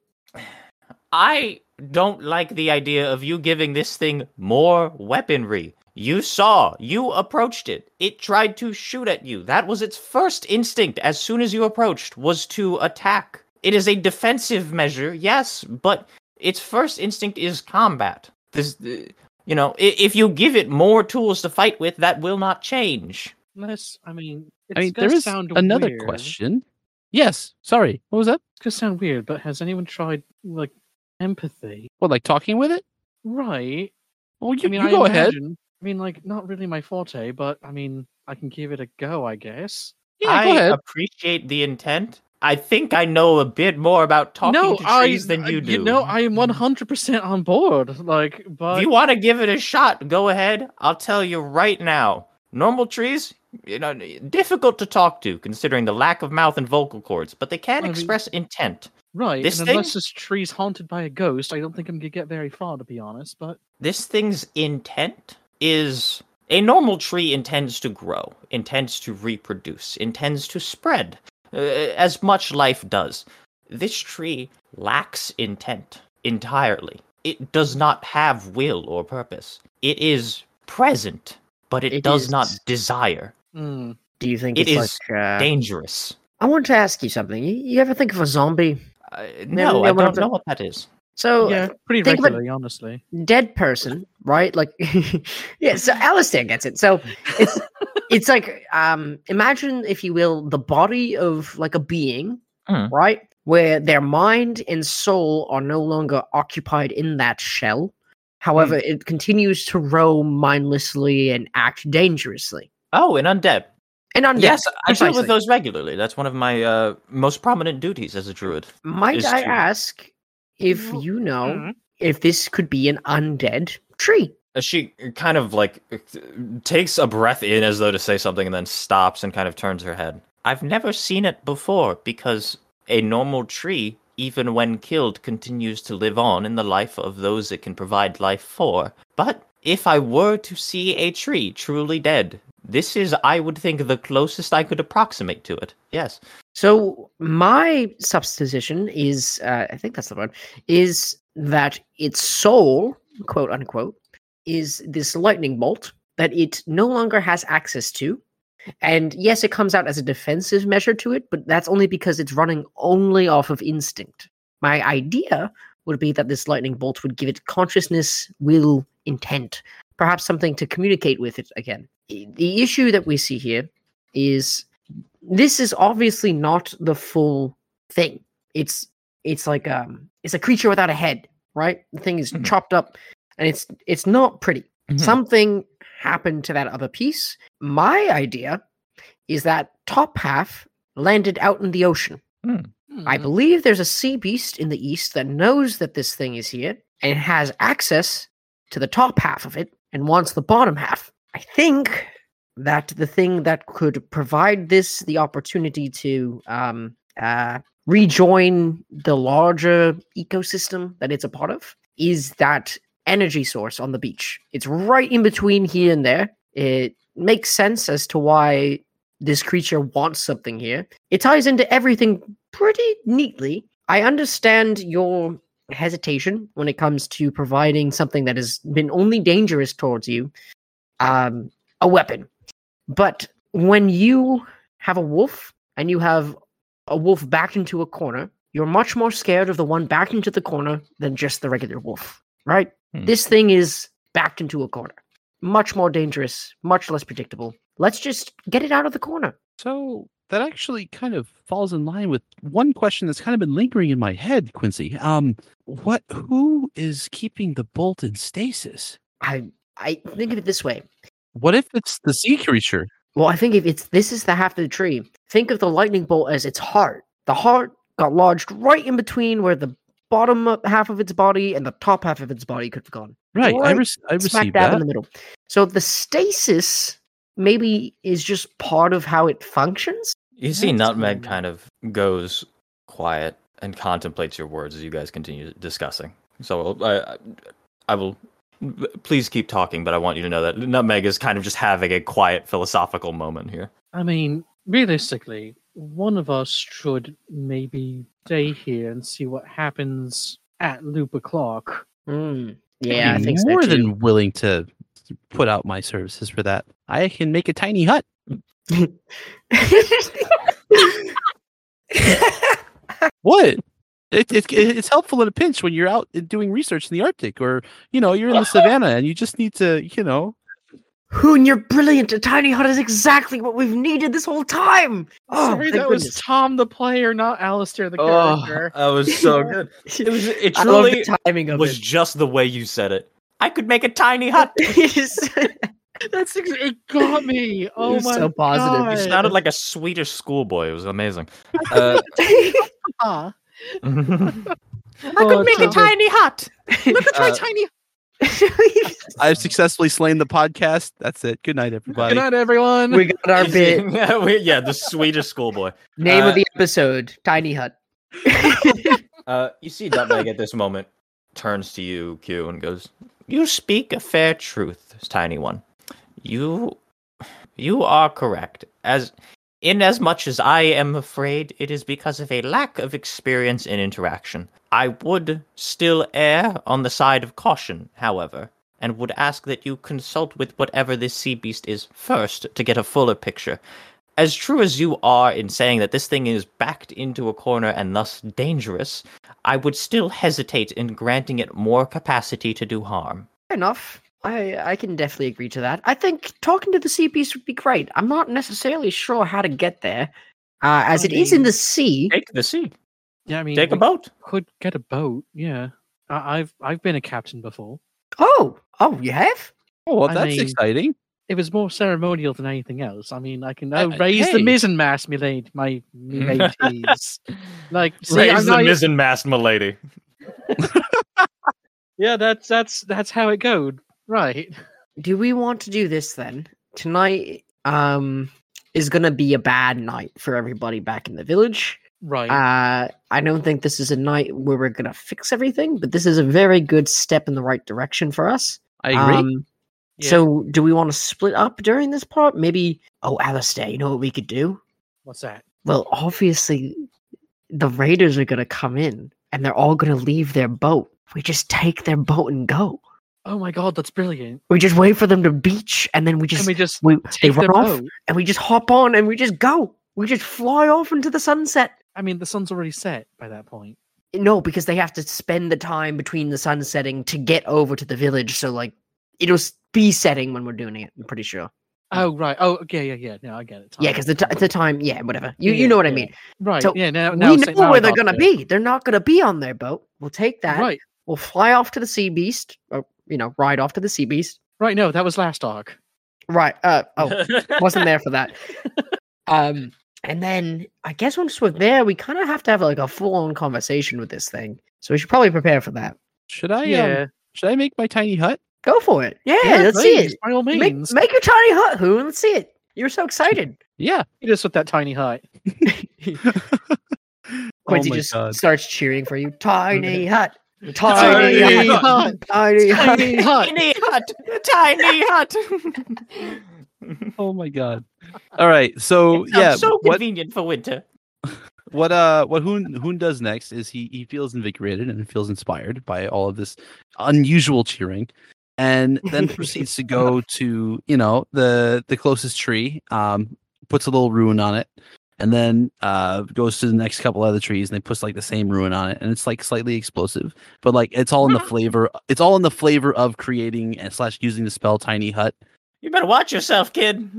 I don't like the idea of you giving this thing more weaponry. You saw, you approached it. It tried to shoot at you. That was its first instinct as soon as you approached was to attack. It is a defensive measure, yes, but its first instinct is combat. This uh, you know, i- if you give it more tools to fight with, that will not change. Unless, I mean, it's I mean, gonna there is sound another weird. question. Yes. Sorry. What was that? It's gonna sound weird, but has anyone tried like empathy? What, like talking with it? Right. Well, you, I mean, you I go ahead. imagine- I mean, like, not really my forte, but I mean, I can give it a go, I guess. Yeah, I go ahead. appreciate the intent. I think I know a bit more about talking no, to I, trees than I- you do. You know, uh, I am one hundred percent on board. Like, but if you want to give it a shot, go ahead. I'll tell you right now. Normal trees, you know, difficult to talk to considering the lack of mouth and vocal cords, but they can I mean- express intent. right, this and unless this tree's haunted by a ghost, I don't think I'm gonna get very far, to be honest. But this thing's intent is a normal tree intends to grow, intends to reproduce, intends to spread, uh, as much life does. This tree lacks intent entirely. It does not have will or purpose. It is present, but it, It does not is- desire. mm, Do you think It it's is like? Uh, Dangerous. I want to ask you something. You, you ever think of a zombie? Uh, no, no, I no, but don't the- know what that is. So yeah, pretty think of it- regularly, honestly. dead person, right? Like, yeah. So Alistair gets it. So it's it's like um, imagine, if you will, the body of like a being, Mm. right? Where their mind and soul are no longer occupied in that shell. However, Hmm. it continues to roam mindlessly and act dangerously. Oh, an undead. And undead. Yes, I deal precisely. with those regularly. That's one of my uh, most prominent duties as a druid. Might is I true. ask if Well, you know mhm. if this could be an undead tree? Uh, she kind of like takes a breath in as though to say something and then stops and kind of turns her head. I've never seen it before because a normal tree, even when killed, continues to live on in the life of those it can provide life for. But if I were to see a tree truly dead, this is, I would think, the closest I could approximate to it. Yes. So my supposition is, uh, I think that's the word, is that its soul, quote unquote, is this lightning bolt that it no longer has access to. And yes, it comes out as a defensive measure to it, but that's only because it's running only off of instinct. My idea would be that this lightning bolt would give it consciousness, will, intent, perhaps something to communicate with it again. I- The issue that we see here is this is obviously not the full thing. It's it's like um it's a creature without a head, right? The thing is Mhm. chopped up and it's it's not pretty. Something happened to that other piece. My idea is that top half landed out in the ocean. Mm-hmm. I Mm, believe there's a sea beast in the east that knows that this thing is here and has access to the top half of it and wants the bottom half. I think that the thing that could provide this the opportunity to um, uh, rejoin the larger ecosystem that it's a part of is that energy source on the beach. It's right in between here and there. It makes sense as to why this creature wants something here. It ties into everything pretty neatly. I understand your hesitation when it comes to providing something that has been only dangerous towards you, um, a weapon. But when you have a wolf and you have a wolf backed into a corner, you're much more scared of the one backed into the corner than just the regular wolf, right? Hmm. This thing is backed into a corner. Much more dangerous, much less predictable. Let's just get it out of the corner. So that actually kind of falls in line with one question that's kind of been lingering in my head, Quincy. Um, what? Who is keeping the bolt in stasis? I I think of it this way. What if it's the sea creature? Well, I think if it's this is the half of the tree, think of the lightning bolt as its heart. The heart got lodged right in between where the bottom of- half of its body and the top half of its body could have gone. Right. I, Right re- I Smack received dab in that. the middle. So the stasis maybe is just part of how it functions. You see, That's Nutmeg cool. kind of goes quiet and contemplates your words as you guys continue discussing. So I, I- I will. Please keep talking, but I want you to know that Nutmeg is kind of just having a quiet philosophical moment here. I mean, realistically, one of us should maybe stay here and see what happens at Loop o'clock. Mm, yeah, I I'd be think so more too. than willing to put out my services for that. I can make a tiny hut. What? It, it, it's helpful in a pinch when you're uh, out doing research in the Arctic, or you know, you're in the savannah and you just need to, you know, Hoon, you're brilliant. A tiny hut is exactly what we've needed this whole time. Oh, Sorry, thank that was goodness. Tom the player, not Alistair the Oh, character. that was so good. It was. It I love truly the timing of was it. just the way you said it. I could make a tiny hut. That's ex- it got me. Oh was my so positive. You God. sounded like a Swedish schoolboy. It was amazing. Uh, Ah. I could make a tiny hut. Look at my Uh, tiny. I've successfully slain the podcast. That's it. Good night, everybody. Good night, everyone. we got our bit. yeah, we- yeah, the Swedish schoolboy. Name Uh, of the episode: Tiny Hut. Uh, you see Nutmeg at this moment turns to you, Q, and goes, "You speak a fair truth, tiny one. You, you are correct. As in as much as I am afraid, it is because of a lack of experience in interaction. I would still err on the side of caution, however." And would ask that you consult with whatever this sea beast is first to get a fuller picture as true as you are in saying that this thing is backed into a corner and thus dangerous, I would still hesitate in granting it more capacity to do harm. Fair enough. I I can definitely agree to that. I think talking to the sea beast would be great. I'm not necessarily sure how to get there, uh, as I it is in mean- the sea. Take the sea. yeah, I mean, Take a we boat. could get a boat. Yeah, I- I've I've been a captain before. Oh, oh, you have? Oh, well, I that's mean- exciting. It was more ceremonial than anything else. I mean, I can Uh, oh, raise hey. the mizzen mast, my lady, my my ladies. like, see, I'm not, mizzen mast, milady. yeah, that's that's that's how it goes, right? Do we want to do this then tonight? Um, is gonna be a bad night for everybody back in the village. Right. Uh, I don't think this is a night where we're gonna fix everything, but this is a very good step in the right direction for us. I agree. Um, Yeah. So, do we want to split up during this part? Maybe. Oh, Alistair, you know what we could do? What's that? Well, obviously, the raiders are going to come in and they're all going to leave their boat. We just take their boat and go. Oh my god, that's brilliant. We just wait for them to beach and then we Can just we just we, they take run their off boat? and we just hop on and we just go. We just fly off into the sunset. I mean, the sun's already set by that point. No, because they have to spend the time between the sun setting to get over to the village. So, like, it'll s- be setting when we're doing it. I'm pretty sure. Oh right. Oh yeah, yeah, yeah. No, I get it. Yeah, Tom. because the, t- the time. Yeah, whatever. You Yeah, you know what I yeah. mean. right. so yeah. Now, now we it's- know now I where they're got gonna it. be. They're not gonna be on their boat. We'll take that. Right. We'll fly off to the sea beast, or you know, ride off to the sea beast. Right. No, that was last arc. Right. Uh oh, wasn't there for that. Um, and then I guess once we're there, we kind of have to have like a full on conversation with this thing. So we should probably prepare for that. Should I? yeah. Um, should I make my tiny hut? Go for it. Yeah, let's please, see By all it. Make, means. make your tiny hut, Hoon. Let's see it. You're so excited. Yeah. Hit us with that tiny hut. Quincy Oh my just God. starts cheering for you. Tiny hut. Tiny, Tiny hut. hut. Tiny hut. Tiny hut. Tiny hut. Tiny hut. Oh my god. All right. So yeah. so what convenient for winter. what uh what Hoon Hoon does next is he he feels invigorated and feels inspired by all of this unusual cheering, and then proceeds to go to you know the the closest tree, um, puts a little ruin on it, and then uh goes to the next couple other trees and they puts like the same ruin on it, and it's like slightly explosive, but like it's all in the flavor. It's all in the flavor of creating and slash using the spell Tiny Hut. You better watch yourself, kid.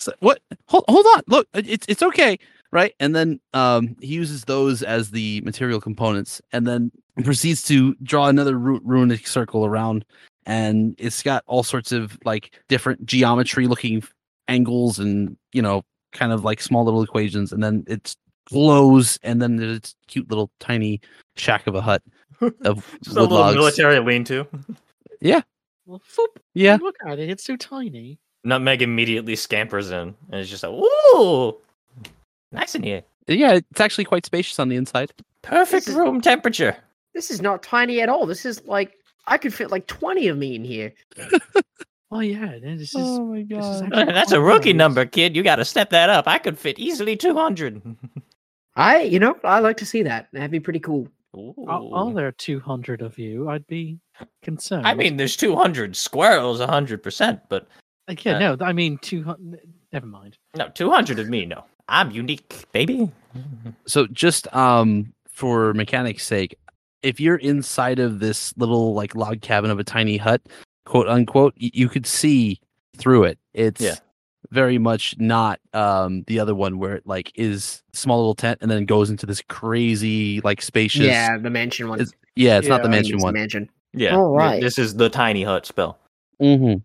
So- what hold hold on look it- it's it's okay right and then um he uses those as the material components and then proceeds to draw another ru- runic circle around and it's got all sorts of like different geometry looking angles and you know kind of like small little equations and then it's glows and then there's its cute little tiny shack of a hut of Just a wood little logs. military lean-to. Well, foop. yeah Look at it. It's so tiny. Nutmeg immediately scampers in and is just like, "Ooh, nice in here. yeah it's actually quite spacious on the inside Perfect This is- room temperature." This is not tiny at all. This is like I could fit like twenty of me in here. Oh yeah. This is Oh my this is Uh, actually That's a quite rookie nice. number, kid. You got to step that up. I could fit easily 200. I, you know, I like to see that. That'd be pretty cool. Are, are Ooh. there 200 of you? I'd be concerned. I mean, there's 200 squirrels, 100%, but Like, yeah, uh, no, I mean 200. Never mind. no, 200 of me, no. I'm unique, baby. so just um for mechanics sake if you're inside of this little like log cabin of a tiny hut quote unquote y- you could see through it. It's Yeah. very much not um the other one where it like is small little tent and then goes into this crazy like spacious. yeah, the mansion one. Oh, It's- yeah, it's not the Yeah, mansion It's one. Mansion. Yeah. All right. This is the tiny hut spell. Mm-hmm.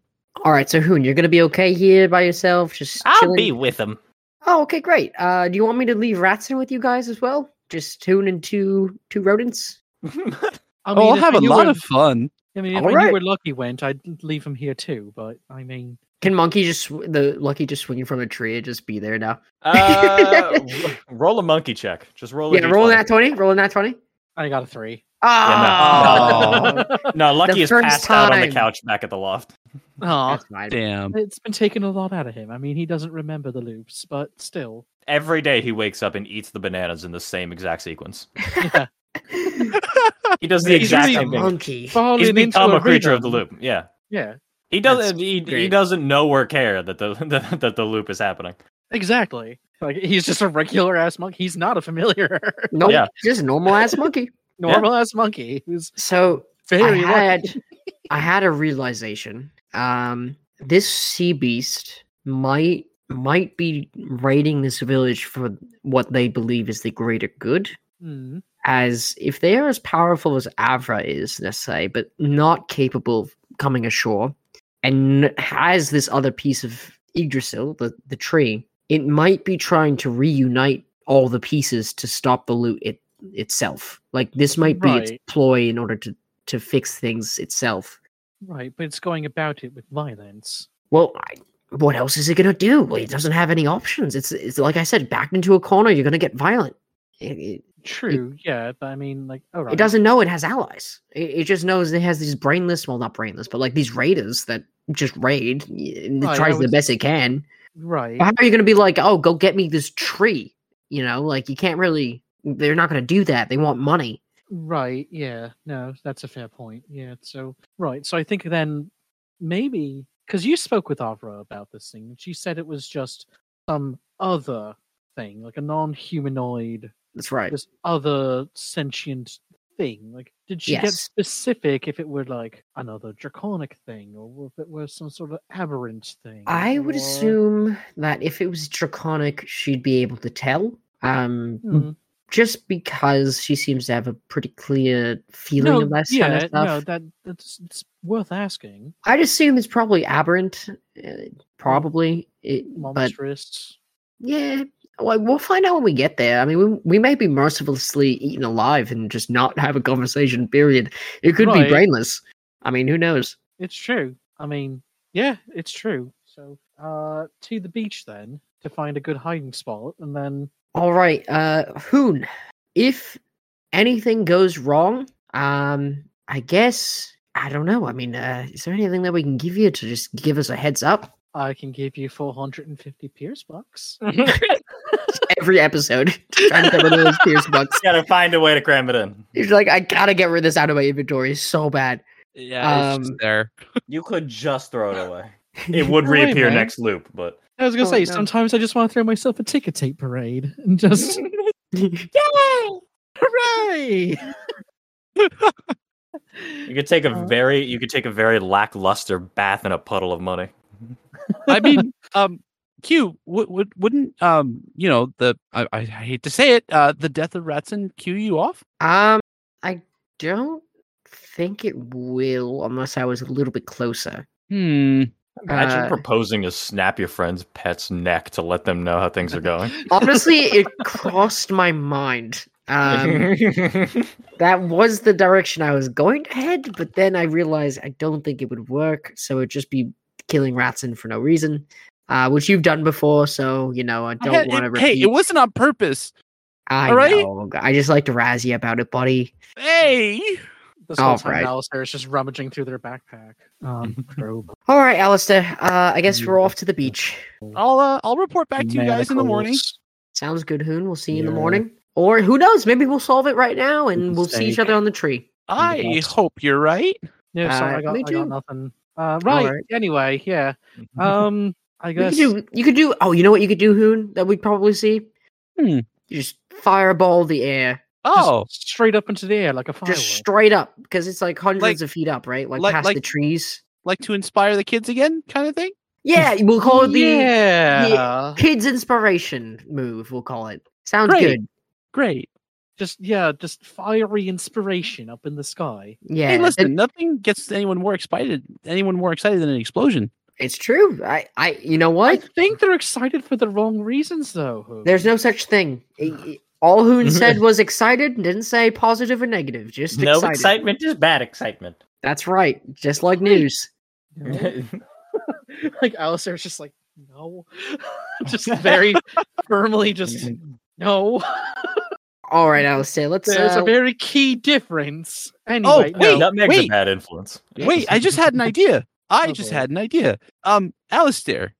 All right, so Hoon, you're gonna be okay here by yourself, just I'll chilling. be with him. Oh, okay, great. Uh, do you want me to leave rats in with you guys as well? Just Hoon and two two rodents. I Oh, I'll if have I a knew lot where- of fun. I mean, if All I right. knew where Lucky went, I'd leave him here too. But I mean, Can monkey just sw- the lucky just swinging from a tree and just be there now? Uh, r- roll a monkey check. Just roll a yeah, rolling d20. that twenty, rolling that twenty. I got a three. Yeah, Oh, no. No, Lucky The is first passed out on the time. couch back at the loft. Aw, That's fine. Damn. it's been taking a lot out of him. I mean, he doesn't remember the loops, but still. Every day he wakes up and eats the bananas in the same exact sequence. Yeah. He does the He's exact really same thing. monkey. Falling He's into become a creature of the rhythm. loop. Yeah. Yeah, He That's doesn't. He, he great. doesn't know or care that the that, that the loop is happening. exactly. Like he's just a regular ass monkey. He's not a familiar, No, Yeah. just normal ass monkey. normal ass monkey who's So I very had, lucky. I had a realization. Um, this sea beast might might be raiding this village for what they believe is the greater good. Mm, As if they are as powerful as Avra is, let's say, but not capable of coming ashore, and has this other piece of Yggdrasil, the, the tree, it might be trying to reunite all the pieces to stop the loot it, itself. Like this might be its Right. ploy in order to to fix things itself. right, but it's going about it with violence. Well, I, what else is it gonna do? Well, it doesn't have any options. It's it's like I said, backed into a corner, you're gonna get violent. It, it, True, yeah, but I mean, like, all right, it doesn't know it has allies. It, it just knows it has these brainless, well, not brainless, but like these raiders that just raid y- and it Right, I tries the was- best it can. right. How are you gonna be like, oh, go get me this tree? You know, like you can't really. They're not gonna do that. They want money. Right, yeah. No, that's a fair point. Yeah, so right. So I think then maybe cuz you spoke with Avra about this thing. and She said it was just some other thing, like a non-humanoid, That's right. this other sentient thing. Like did she get Yes. specific if it were like another draconic thing or if it were some sort of aberrant thing? I would or- assume that if it was draconic, she'd be able to tell. Um, Hmm. just because she seems to have a pretty clear feeling No, of that yeah, kind of stuff. no, that that's it's worth asking. I'd assume it's probably aberrant, uh, Hmm. probably. It, but Monstrous. yeah, well, we'll find out when we get there. I mean, we, we may be mercilessly eaten alive and just not have a conversation. Period. It could Right. be brainless. I mean, who knows? It's true. I mean, yeah, it's true. So, uh, to the beach then to find a good hiding spot, and then All right, uh, Hoon. If anything goes wrong, um, I guess I don't know. I mean, uh, is there anything that we can give you to just give us a heads up? I can give you 450 Pierce bucks. Mm-hmm. every episode trying to get rid of those Pierce bucks. Gotta find a way to cram it in. He's like, I gotta get rid of this out of my inventory so bad. Yeah, it's Um, just there. You could just throw it away. It would No way, reappear man. next loop, but I was gonna Oh, say no. sometimes I just want to throw myself a ticker tape parade and just hooray! you could take a Uh. very you could take a very lackluster bath in a puddle of money. I mean, um, Q would would wouldn't um, you know, the I, I hate to say it, uh, the death of Ratson cue you off. um, I don't think it will unless I was a little bit closer. Hmm. Imagine Uh, proposing to snap your friend's pet's neck to let them know how things are going. Honestly, it crossed my mind. Um, That's that was the direction I was going to head, but then I realized I don't think it would work, so it'd just be killing Ratson for no reason, uh, which you've done before. So you know, I I don't had- want to it- repeat. Hey, it wasn't on purpose. I All right. know. I just like to razz you about it, buddy. Hey. This whole All time, right. Mm-hmm. Alistair is just rummaging through their backpack. Um, probe. All right, Alistair. Uh, I guess we're off to the beach. I'll uh, I'll report back to you guys in the morning. Manacles. Sounds good, Hoon. We'll see you in the Yeah. morning. Or who knows? Maybe we'll solve it right now, and we'll see each Mistake. other on the tree. I box. hope you're right. No, sorry, Uh, I got, me I too. got nothing. Uh, right. right. Anyway, yeah. uh, Um, I You guess. could, do, you could do. Oh, you know what you could do, Hoon? That we'd probably see. Hmm. You just fireball the air, Just Oh, straight up into the air like a firework. just straight up, because it's like hundreds of feet up, right? Like, like- past like- the trees. like to inspire the kids again, kind of thing. Yeah, we'll call it the yeah. kids inspiration move. We'll call it. Sounds Great. good. Great. Just yeah, just fiery inspiration up in the sky. Yeah, hey, listen, it- nothing gets anyone more excited, anyone more excited than an explosion. it's true. I, I, you know I what? think they're excited for the wrong reasons though. Hoog. There's no such thing. I- I- all Hoon said was excited. Didn't say positive or negative. Just No excited. excitement, just bad excitement. That's right. Just like news. No. like Alistair's just like no, just very firmly just Mm-hmm. no. All right, Alistair. Let's. There's uh, a very key difference. Anyway, Oh, wait, no. Nutmeg's a wait. bad influence. Wait, I just had an idea. I Oh, just boy. had an idea. Um, Alistair,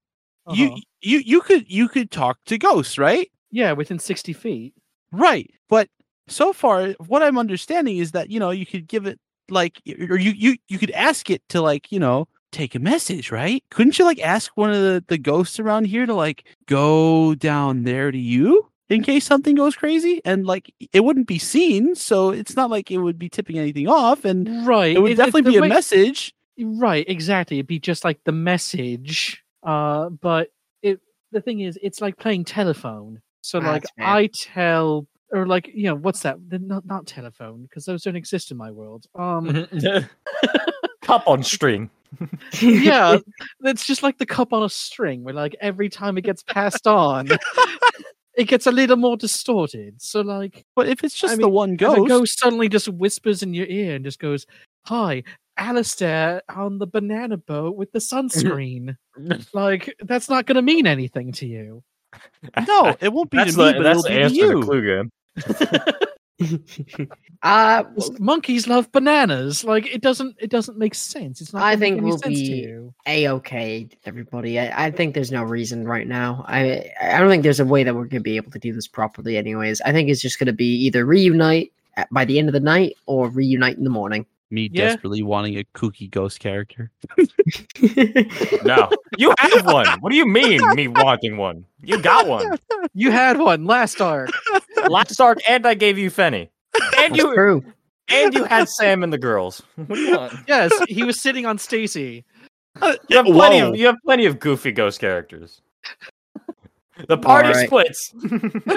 you Uh-huh. you you could you could talk to ghosts, right? yeah, within sixty feet. Right. But so far, what I'm understanding is that you know you could give it like, y- or you you you could ask it to like you know take a message, right? Couldn't you like ask one of the the ghosts around here to like go down there to you in case something goes crazy, and like it wouldn't be seen, so it's not like it would be tipping anything off, and Right. it would definitely the be a way- message. Right, exactly. It'd be just like the message. Uh, but it the thing is, it's like playing telephone. So Ah, like that's fair. I tell or like you know what's that? They're Not not telephone because those don't exist in my world. Mm-hmm. Um, Cup on string. yeah, it's just like the cup on a string, where like every time it gets passed on, it gets a little more distorted. So like But if it's just the mean, one ghost. ghost, ghost suddenly just whispers in your ear and just goes, "Hi, Alistair on the banana boat with the sunscreen." like that's not going to mean anything to you. no, it won't be That's to me, the, but that's it'll the be to answer you. to Kluger. uh, Just monkeys love bananas. Like it doesn't. It doesn't make sense. It's not. I gonna make think any we'll sense to be- you. a okay, everybody. I, I think there's no reason right now. I I don't think there's a way that we're gonna be able to do this properly, anyways. I think it's just gonna be either reunite at, by the end of the night or reunite in the morning. Me Yeah. desperately wanting a kooky ghost character. No, you have one. What do you mean, me wanting one? You got one. You had one last arc. Last arc, and I gave you Fenny, and That's you true. and you had Sam and the girls. What do you want? yes, he was sitting on Stacy. You have plenty Whoa. of you have plenty of goofy ghost characters. The party Alright. splits.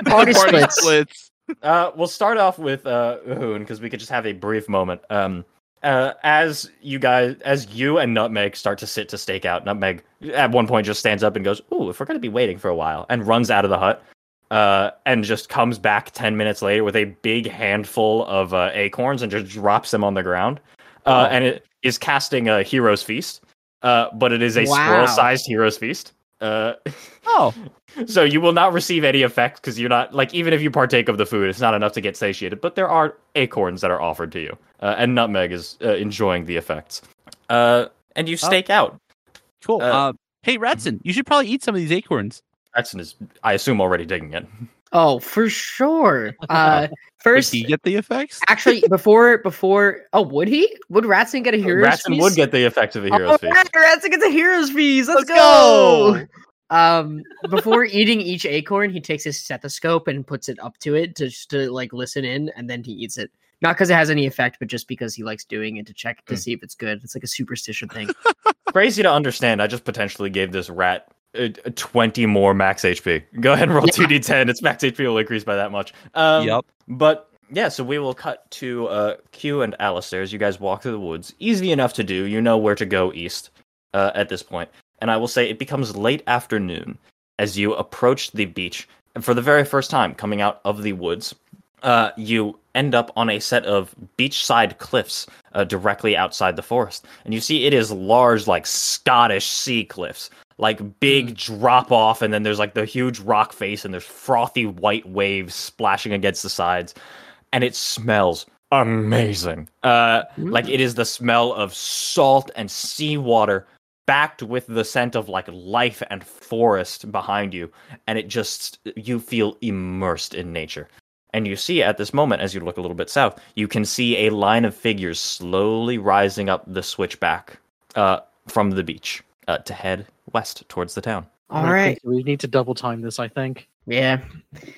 Party splits. Uh, we'll start off with uh, Hoon because we could just have a brief moment. Um, uh, as you guys, as you and Nutmeg start to sit to stake out, Nutmeg at one point just stands up and goes, "Ooh, if we're gonna be waiting for a while," and runs out of the hut, uh, and just comes back ten minutes later with a big handful of uh, acorns and just drops them on the ground. Uh, And it is casting a hero's feast, uh, but it is a Wow. squirrel-sized hero's feast. Uh, Oh, so you will not receive any effects because you're not like even if you partake of the food, it's not enough to get satiated. But there are acorns that are offered to you, uh, and nutmeg is uh, enjoying the effects. Uh, and you stake out. cool. Uh, Uh, hey, Ratson, you should probably eat some of these acorns. Exon is, I assume, already digging it. Oh, for sure. Uh, Like, first, do you get the effects? actually, before before oh, would he? Would Ratson get a hero's Ratson would feast? get the effects of a All hero's right, feast. Ratson gets a hero's feast. Let's, Let's go. Um, before eating each acorn, he takes his stethoscope and puts it up to it to just to like listen in, and then he eats it. Not because it has any effect, but just because he likes doing it to check to Hmm. Mm. see if it's good. It's like a superstition thing. Crazy to understand. I just potentially gave this rat. uh, 20 more max HP. Go ahead and roll Yeah. 2d10. Its max HP will increase by that much. Um, yep. But yeah, so we will cut to uh, Q and Alistair as you guys walk through the woods. Easy enough to do. You know where to go east uh, at this point. And I will say it becomes late afternoon as you approach the beach. And for the very first time coming out of the woods, uh, you end up on a set of beachside cliffs uh, directly outside the forest. And you see it is large, like Scottish sea cliffs like big drop off and then there's like the huge rock face and there's frothy white waves splashing against the sides and it smells amazing uh Hmm. like it is the smell of salt and seawater backed with the scent of like life and forest behind you and it just you feel immersed in nature and you see at this moment as you look a little bit south you can see a line of figures slowly rising up the switchback uh from the beach uh, to head west towards the town. All right. we need to double time this. I think. Yeah.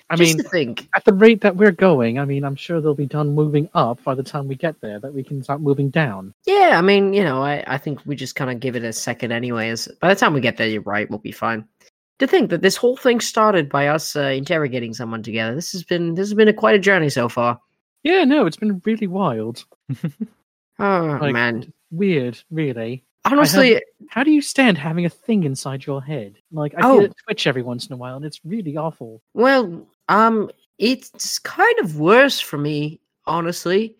I Just mean, to think. at the rate that we're going, I mean, I'm sure they'll be done moving up by the time we get there, that we can start moving down. Yeah, I mean, you know, I, I think we just kind of give it a second, anyways. By the time we get there, you're right, we'll be fine. To think that this whole thing started by us uh, interrogating someone together. This has been this has been a, quite a journey so far. Yeah, no, it's been really wild. Oh Like, man, Weird, really. honestly, How do you stand having a thing inside your head? Like, I Oh. feel it twitch every once in a while, and it's really awful. well, um, it's kind of worse for me, honestly.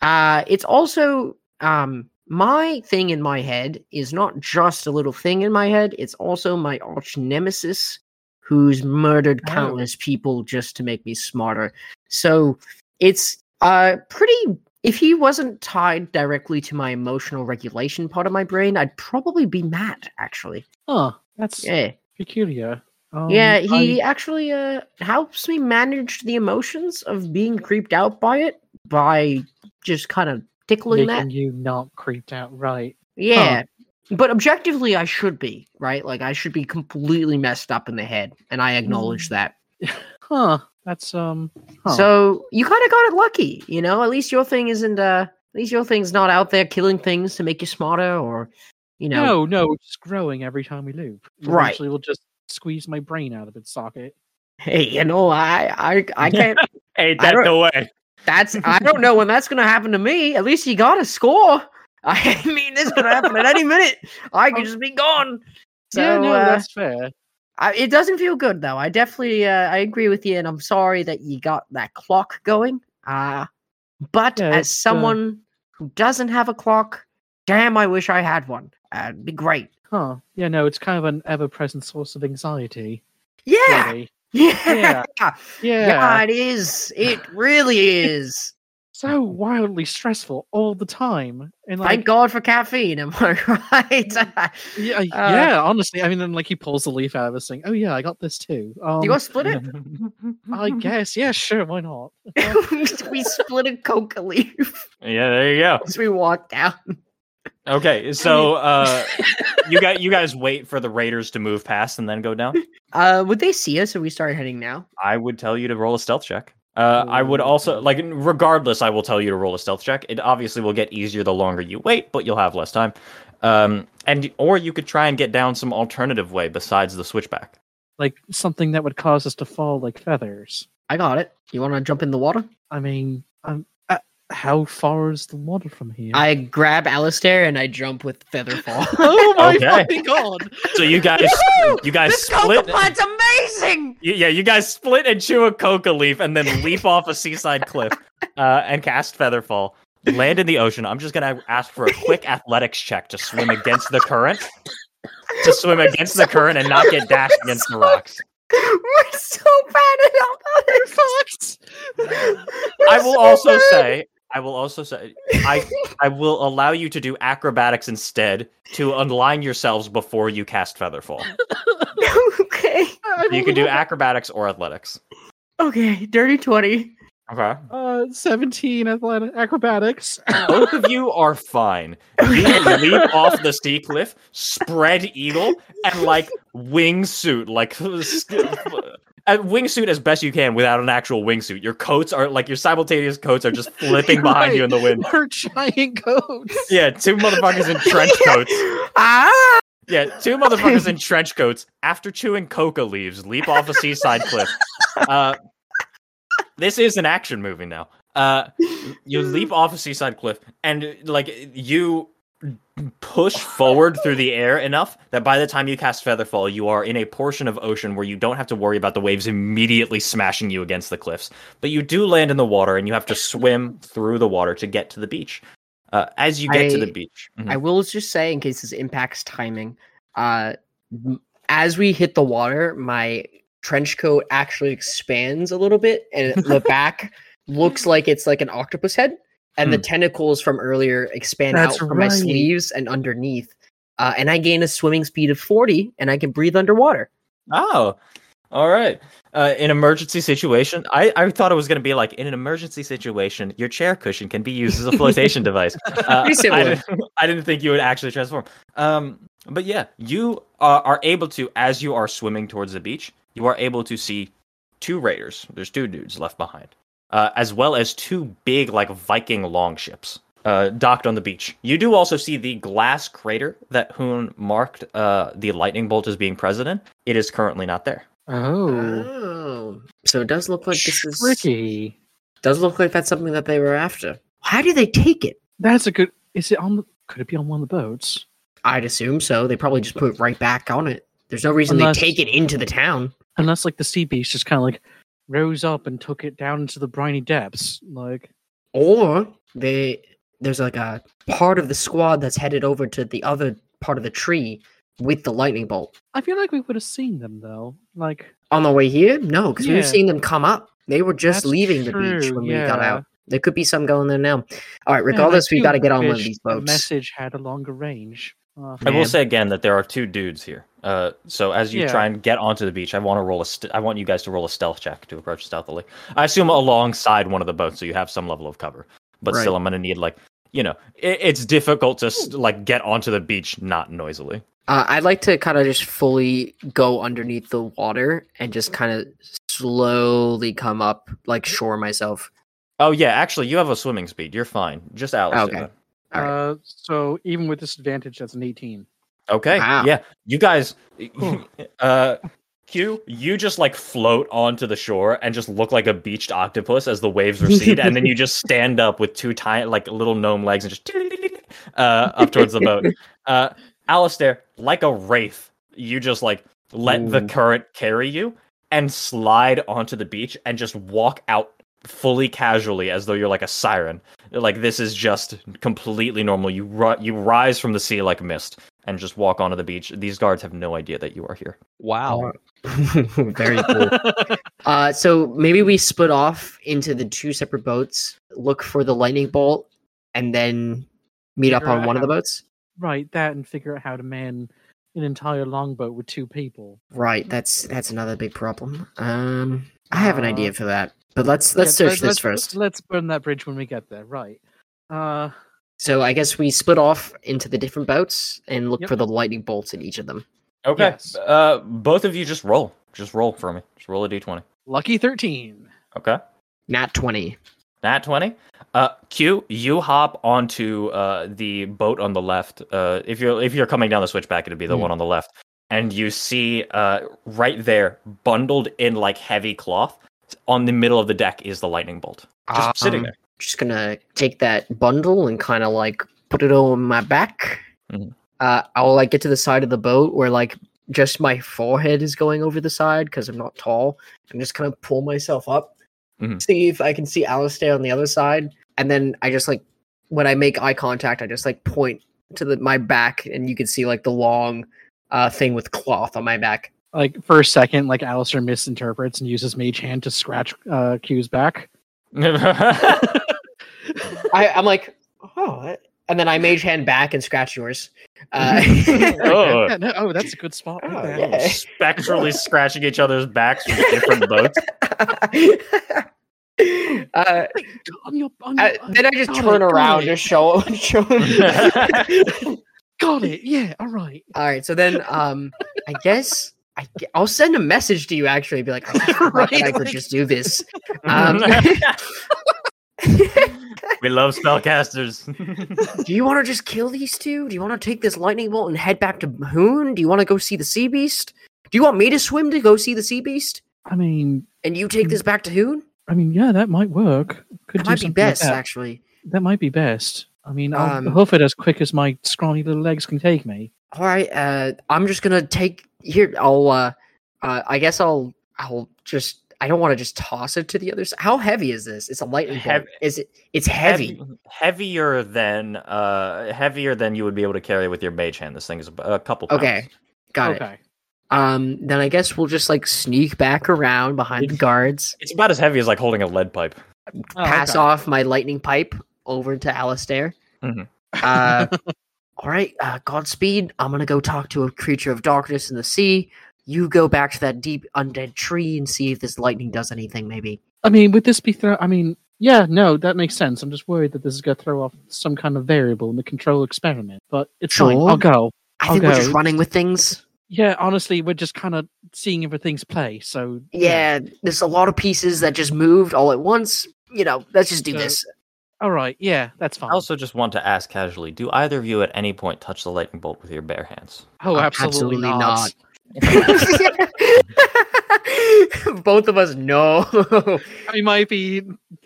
Uh, it's also um my thing in my head is not just a little thing in my head. It's also my arch nemesis, who's murdered Oh. countless people just to make me smarter. So it's uh pretty. If he wasn't tied directly to my emotional regulation part of my brain, I'd probably be mad. Actually, Huh, that's yeah. peculiar. Um, yeah, I- he actually uh, helps me manage the emotions of being creeped out by it by just kind of tickling making that. you not creeped out, right? Yeah. But objectively, I should be, right? Like, I should be completely messed up in the head, and I acknowledge that. Huh, that's um. Mm, Huh. So, you kind of got it lucky, you know? At least your thing isn't, uh, at least your thing's not out there killing things to make you smarter or, you know. no, no, it's just growing every time we loop. Right. Eventually, we'll just squeeze my brain out of its socket. Hey, you know, I, I, I can't. Ain't I that don't- the way? That's I don't know when that's gonna happen to me. At least you got a score. I mean, this could happen at any minute. I could just be gone. So Oh. yeah, no, uh, that's fair. I, it doesn't feel good though. I definitely uh, I agree with you, and I'm sorry that you got that clock going. Uh but Yeah, as it's, uh, someone who doesn't have a clock, damn, I wish I had one. Uh, it'd be great. Huh. Yeah, no, it's kind of an ever-present source of anxiety. Yeah, Really. yeah, yeah. Yeah. it is. It really is. So wildly stressful all the time, and like, Mm. Thank God for caffeine. Am I right? yeah, yeah. Honestly, I mean, then like he pulls the leaf out of his thing. Oh yeah, I got this too. Um, Do you want to split it? I guess. Yeah, sure. Why not? we split a coca leaf Yeah, there you go. as we walked down. Okay, so uh, you got you guys wait for the raiders to move past and then go down. Uh, would they see us if we started heading now? I would tell you to roll a stealth check. Uh, I would Ooh. also like, regardless, I will tell you to roll a stealth check. It obviously will get easier the longer you wait, but you'll have less time. Um, and or you could try and get down some alternative way besides the switchback. Like something that would cause us to fall like feathers. I got it. You want to jump in the water? I mean, um, uh, how far is the water from here? I grab Alistair and I jump with Featherfall. Oh my Okay. fucking god! So you guys, you guys this coca split. pod's amazing. Y- Yeah, you guys split and chew a coca leaf and then leap off a seaside cliff uh, and cast Featherfall. Land in the ocean. I'm just gonna ask for a quick athletics check to swim against the current, to swim against the current and not get dashed against the rocks. We're so bad at athletics. I will also say, I will also say, I I will allow you to do acrobatics instead to align yourselves before you cast Featherfall. okay, You can do acrobatics or athletics. okay, dirty twenty. Okay. uh, seventeen athletic acrobatics. Both of you are fine. You leap off the sea cliff, spread eagle, and like wingsuit, like and wingsuit as best you can without an actual wingsuit. Your coats are like your simultaneous coats are just flipping behind you in the wind. Her giant goats. Yeah, two motherfuckers in trench coats. Ah, Yeah, two motherfuckers in trench coats after chewing coca leaves leap off a seaside cliff. Uh, this is an action movie now. Uh, you leap off a seaside cliff, and like you push forward through the air enough that by the time you cast Featherfall, you are in a portion of ocean where you don't have to worry about the waves immediately smashing you against the cliffs. But you do land in the water, and you have to swim through the water to get to the beach. Uh, as you get to I- the beach, Hmm. Mhm. I will just say, in case this impacts timing, uh, m- as we hit the water, my trench coat actually expands a little bit, and it- the back looks like it's like an octopus head, and the Hmm. tentacles from earlier expand That's out from my right. sleeves and underneath. Uh, and I gain a swimming speed of 40, and I can breathe underwater. Oh, all right. Uh, in emergency situation, I, I thought it was going to be like in an emergency situation, your chair cushion can be used as a flotation device. Uh, Pretty I, similar. didn't, I didn't think you would actually transform. Um, uh, but yeah, you are, are able to, as you are swimming towards the beach, you are able to see two raiders. There's two dudes left behind, uh, as well as two big like Viking longships uh, docked on the beach. You do also see the glass crater that Hoon marked uh, the lightning bolt as being president. It is currently not there. Oh, Oh, so it does look like this is tricky. does look like that's something that they were after. How do they take it? That's a good. Is it on? the- Could it be on one of the boats? I'd assume so. They probably just put it right back on it. There's no reason Unless- they take it into the town. Unless like the sea beast just kind of like rose up and took it down into the briny depths. Like, Or they there's like a part of the squad that's headed over to the other part of the tree with the lightning bolt. I feel like we would have seen them though. Like, On the way here? No, because Yeah. we've seen them come up. They were just That's leaving the beach true, when we got yeah. out. There could be some going there now. All right, man, I regardless, we've do got to get on one of wish these the boats. message had a longer range. Uh, I will Man. say again that there are two dudes here. Uh, so as you Yeah. try and get onto the beach, I want to roll a. St- I want you guys to roll a stealth check to approach stealthily. I assume alongside one of the boats, so you have some level of cover. But still, Right. I'm gonna need like you know, it, it's difficult to s- like get onto the beach not noisily. Uh, I'd like to kind of just fully go underneath the water and just kind of slowly come up, like shore myself. Oh yeah, actually, you have a swimming speed. You're fine. Just Alice. did Okay. that. All right. uh, so even with disadvantage, that's an eighteen. Okay. Wow. Yeah. You guys, Whew. uh, Q, you just like float onto the shore and just look like a beached octopus as the waves recede, and then you just stand up with two tiny, like little gnome legs, and just uh, up towards the boat. Uh, Alistair, like a wraith, you just like let the Ooh. current carry you and slide onto the beach and just walk out fully casually as though you're like a siren. Like this is just completely normal. You ri- you rise from the sea like mist and just walk onto the beach. These guards have no idea that you are here. Wow. Very cool. Uh, so maybe we split off into the two separate boats, look for the lightning bolt, and then meet up Figure on out one of how- the boats. Right, that and figure out how to man an entire longboat with two people. Right. That's that's another big problem. Um, I have an Uh, idea for that, but let's let's Yeah, let- search let's- this first. Let's burn that bridge when we get there. Right. Uh, So I guess we split off into the different boats and look Yep. for the lightning bolts in each of them. Okay. Yes. Uh, both of you just roll. Just roll for me. Just roll a d20. lucky thirteen. Okay. Nat twenty. Nat 20. Uh, Q, you hop onto uh, the boat on the left. Uh, if you're if you're coming down the switchback, it'd be the Hmm. one on the left. And you see uh, right there, bundled in like heavy cloth, on the middle of the deck is the lightning bolt. Just sitting Um, there. just gonna take that bundle and kind of like put it on my back. Mhm. Uh, I'll like get to the side of the boat where like just my forehead is going over the side because I'm not tall. I'm just kind of pull myself up, Mhm. see if I can see Alistair on the other side, and then I just like when I make eye contact, I just like point to the my back, and you can see like the long uh thing with cloth on my back. Like for a second, like Alistair misinterprets and uses Mage Hand to scratch uh, Q's back. I, I'm like, oh, that-" and then I mage hand back and scratch yours. Uh, oh, Yeah, no- oh, that's a good spot. right Oh, there. yeah. spectrally scratching each other's backs from different boats. uh, On your, on your, I- then I just got turn it, got around it. to show show. got it. Yeah. All right. All right, so then um, I guess I will send a message to you actually, be like, I, forgot that I Right, could like- just do this. Um, we love spellcasters. do you want to just kill these two? Do you want to take this lightning bolt and head back to Hoon? Do you want to go see the sea beast? Do you want me to swim to go see the sea beast I mean, and you take this back to Hoon? I mean, yeah, that might work. Could It Mm. do might be something like best that. actually. That might be best. I mean, I'll Um, hoof it as quick as my scrawny little legs can take me. all right uh i'm just gonna take here i'll uh, uh i guess i'll i'll just i don't want to just toss it to the other side how heavy is this it's a lightning bolt Heavy. is it it's heavy heavier than uh, heavier than you would be able to carry with your mage hand. This thing is ab- a couple. Pounds. okay got it okay. um then i guess we'll just like sneak back around behind the guards It's about as heavy as like holding a lead pipe. Oh, pass okay. off my lightning pipe over to Alistair. Mhm. Uh, all right, uh, Godspeed. I'm gonna go talk to a creature of darkness in the sea. You go back to that deep undead tree and see if this lightning does anything. Maybe. I mean, would this be throw? I mean, yeah, no, that makes sense. I'm just worried that this is going to throw off some kind of variable in the control experiment. But it's fine. I'll Sure. go. I I'll think we're just go. running with things. yeah, honestly, we're just kind of seeing everything's play. So Yeah, there's a lot of pieces that just moved all at once. You know, let's just do So- this. all right, yeah, that's fine. I also just want to ask casually: Do either of you at any point touch the lightning bolt with your bare hands? oh, Uh, absolutely, not. not. Both of us know. I might be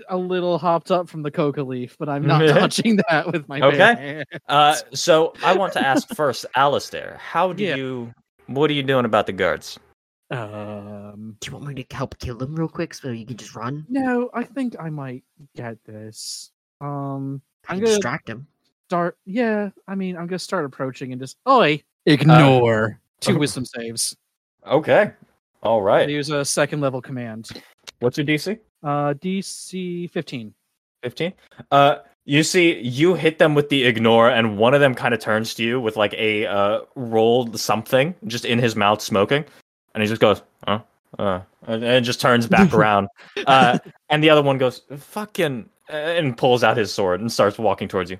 a little hopped up from the coca leaf, but I'm not touching that with my bare Okay. hand. Uh, so I want to ask first, Alistair, how do Yeah. you? What are you doing about the guards? Um, do you want me to help kill them real quick so you can just run? no, I think I might get this. Um, I I'm can gonna- distract them. start. Yeah, I mean, I'm gonna start approaching and just oi, ignore two wisdom saves. Okay. All I right. Use a second level command. What's your DC? Uh, DC 15. 15 uh you see you hit them with the ignore and one of them kind of turns to you with like a uh rolled something just in his mouth smoking and he just goes huh uh and, and just turns back around uh and the other one goes fucking and pulls out his sword and starts walking towards you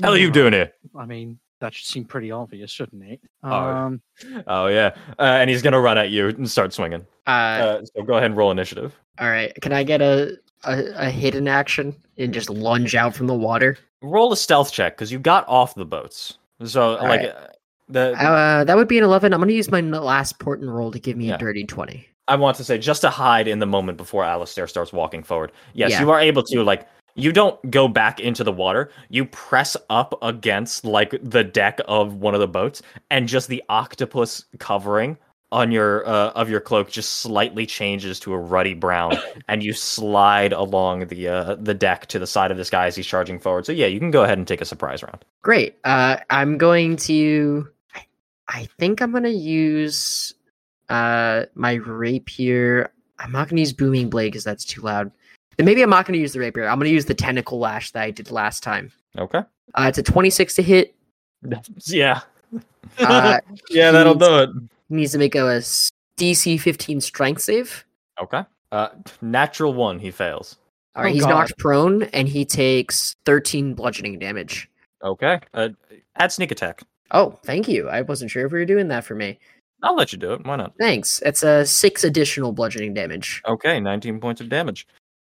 hell are you doing here I mean, that should seem pretty obvious, shouldn't it? yeah. Um, oh yeah uh, and he's gonna run at you and start swinging Uh, uh, so go ahead and roll initiative all right. Can I get a, a a hidden action and just lunge out from the water? roll a stealth check because you got off the boats so like right. uh the Uh, that would be an eleven. I'm gonna use my n- last port and roll to give me Yeah. a dirty twenty. I want to say just to hide in the moment before Alistair starts walking forward. Yes, Yeah. you are able to like you don't go back into the water. You press up against like the deck of one of the boats and just the octopus covering on your uh, of your cloak just slightly changes to a ruddy brown and you slide along the uh, the deck to the side of this guy as he's charging forward. So yeah, you can go ahead and take a surprise round. Great. Uh, I'm going to. I- I think I'm gonna use uh my rapier. I'm not gonna use booming blade because that's too loud. Then maybe I'm not gonna use the rapier. I'm gonna use the tentacle lash that I did last time. Okay. Uh, it's a 26 to hit. Yeah. Uh, yeah, that'll do it. he needs to make a s- DC 15 strength save. Okay. Uh, natural one, he fails. All right, Oh, he's God. knocked prone and he takes 13 bludgeoning damage. Okay. Uh, add sneak attack. Oh, thank you. I wasn't sure if we were doing that for me. I'll let you do it. Why not? Thanks. It's a six additional bludgeoning damage. Okay, 19 points of damage.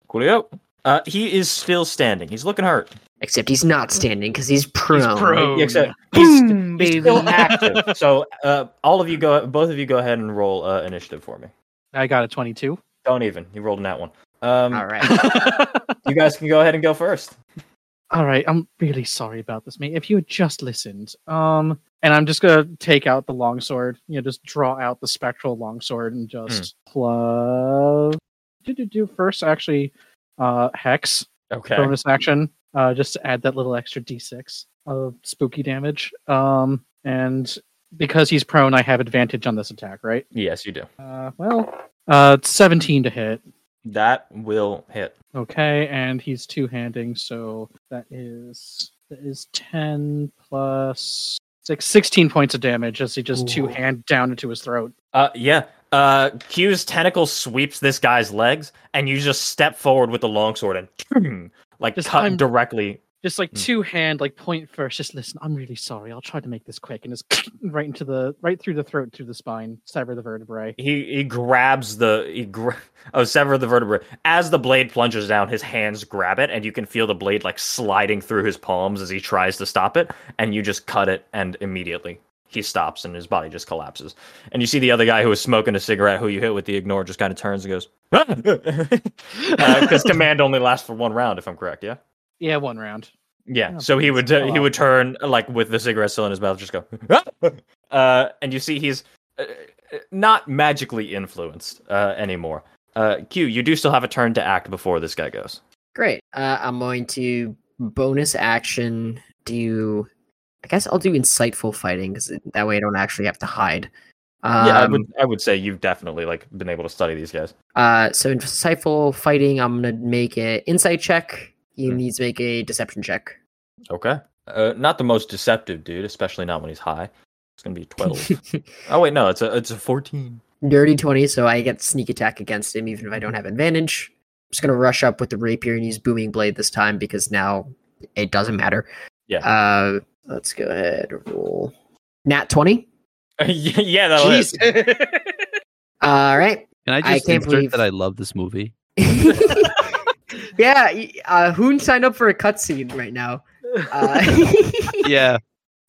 Coolio. Uh, he is still standing. He's looking hurt. Except he's not standing because he's prone. prone. Oh, Except Uh, he's, Boom, he's baby. still active. so uh, all of you go, both of you go ahead and roll uh, initiative for me. I got a 22. Don't even. He rolled in that one. Um, All right. You guys can go ahead and go first. All right, I'm really sorry about this, mate. If you had just listened, um, and I'm just gonna take out the longsword, you know, just draw out the spectral longsword and just plug. Do do do first actually, uh, hex Okay. bonus action, uh, just to add that little extra d6 of spooky damage. Um, and because he's prone, I have advantage on this attack, right? Yes, you do. Uh, well, uh, 17 to hit. That will hit. Okay, and he's two handing, so that is that is ten plus six, 16 points of damage as he just two hand down into his throat. Uh, yeah. Uh, Q's tentacle sweeps this guy's legs, and you just step forward with the longsword and like Just cut I'm- directly Just like Hmm. two hand, like point first. Just listen. I'm really sorry. I'll try to make this quick, and just right into the right through the throat, through the spine, sever the vertebrae. he he grabs the he gra- oh sever the vertebrae as the blade plunges down his hands grab it and you can feel the blade like sliding through his palms as he tries to stop it and you just cut it and immediately he stops and his body just collapses and you see the other guy who was smoking a cigarette who you hit with the ignore just kind of turns and goes because command only lasts for one round if i'm correct yeah Yeah, one round. yeah. Oh, Yeah, So he would please, uh, he hello. would turn like with the cigarette still in his mouth, just go, "Ah!" uh, and you see he's uh, not magically influenced uh, anymore. Uh, Q, you do still have a turn to act before this guy goes. Great. Uh, I'm going to bonus action do. I guess I'll do insightful fighting because that way I don't actually have to hide. Um, yeah, I would I would say you've definitely like been able to study these guys. uh, so insightful fighting, I'm gonna make an insight check. He Hmm. needs to make a deception check. Okay. Uh, not the most deceptive dude, especially not when he's high. It's gonna be a twelve. oh wait, no, it's a it's a fourteen. Dirty twenty, so I get sneak attack against him, even if I don't have advantage. I'm just gonna rush up with the rapier and use booming blade this time because now it doesn't matter. Yeah. Uh, let's go ahead and roll. Nat twenty. yeah, that was. Oh, All right. Can I I just can't insert believe- that I love this movie? yeah, y- uh, Hoon signed up for a cutscene right now. Uh, Yeah.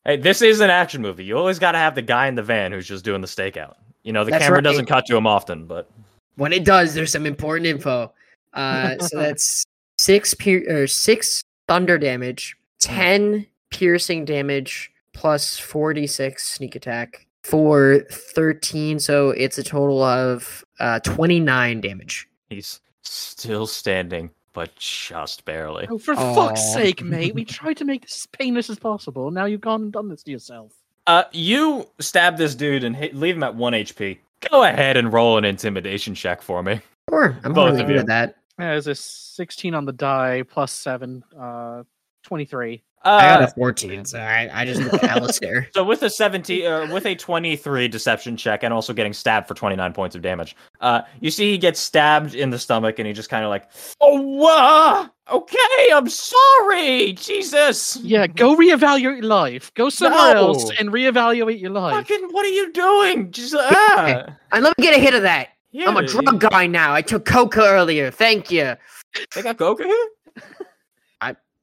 Hey, this is an action movie. You always got to have the guy in the van who's just doing the stakeout. You know, the That's camera right. doesn't cut to him often, but when it does, there's some important info. Uh, so that's six pier- or six thunder damage, ten piercing damage, plus forty six sneak attack for thirteen. So it's a total of uh, twenty nine damage. he's still standing, but just barely. Oh, for Aw. fuck's sake, mate. We tried to make this as painless as possible. Now you've gone and done this to yourself. Uh, you stab this dude and hit, leave him at one HP. Go ahead and roll an intimidation check for me. Sure, I'm Both really of good you. at that. Yeah, there's a 16 on the die, plus 7, uh, 23. I got a Uh, fourteen, so I, I just look at Alistair. so with a seventeen, uh, with a twenty-three deception check, and also getting stabbed for twenty-nine points of damage, uh, you see he gets stabbed in the stomach, and he just kind of like, oh, uh, okay, I'm sorry, Jesus. Yeah, go reevaluate your life. Go somewhere No. else and reevaluate your life. Fucking, what are you doing? Just, uh, I love to get a hit of that. yeah, I'm a drug guy now. I took coca earlier. Thank you. They got coca here.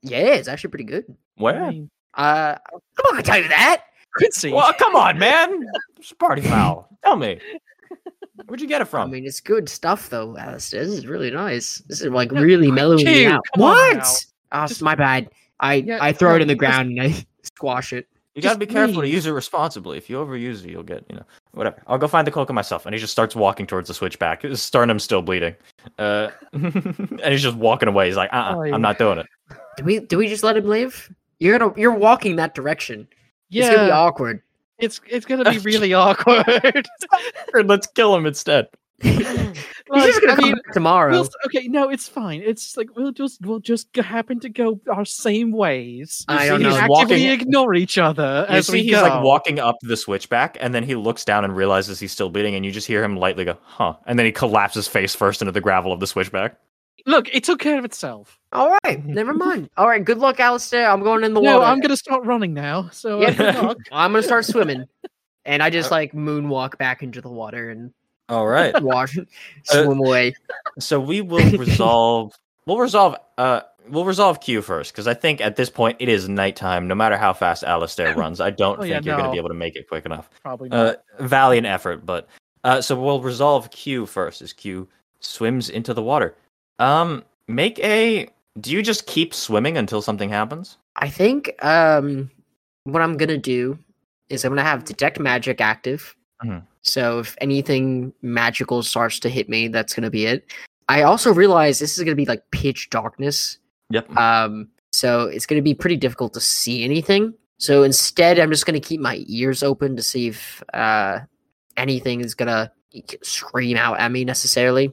Yeah, it's actually pretty good. Where? Uh, I'm not gonna tell you that. Could see. Well, come on, man. It's a party foul. Tell me, where'd you get it I from? mean, it's good stuff though, Alistair. This is really nice. This is like really mellowing me dude, out. come on What? now. Oh, Just- it's my bad. I Yeah, I throw it in the just- ground and I squash it. You gotta Just be careful to leave. use it responsibly. If you overuse it, you'll get, you know, whatever. I'll go find the coca myself. And he just starts walking towards the switchback. His sternum's still bleeding. Uh, and he's just walking away. He's like, uh uh-uh, Oh, uh, i yeah. am not doing it. Do we do we just let him live? You're gonna you're walking that direction. It's gonna be yeah, awkward. it's, it's gonna be really awkward. Or Let's kill him instead. He's Like, just gonna I come mean, back tomorrow. we'll, okay, no, it's fine. It's like we'll just we'll just g- happen to go our same ways. I We don't know. actively Walking- ignore each other You as see, we he's go. like walking up the switchback, and then he looks down and realizes he's still bleeding, and you just hear him lightly go, huh. And then he collapses face first into the gravel of the switchback. Look, it took care of itself. All right, never mind. All right, good luck, Alistair. I'm going in the No, water. I'm gonna start running now. So Yeah. uh, good luck. I'm gonna start swimming. And I just like moonwalk back into the water and All right. wash, swim away. So we will resolve. we'll resolve. Uh, we'll resolve Q first because I think at this point it is nighttime. No matter how fast Alistair runs, I don't Oh, yeah, think you're going to be no. able to make it quick enough. probably not. Uh, valiant effort, but uh, so we'll resolve Q first. As Q swims into the water. Um, make a. Do you just keep swimming until something happens? I think um, what I'm gonna do is I'm gonna have detect magic active. Mhm. So if anything magical starts to hit me, that's gonna be it. I also realize this is gonna be like pitch darkness, Yep. um, so it's gonna be pretty difficult to see anything. So instead, I'm just gonna keep my ears open to see if uh, anything is gonna scream out at me necessarily.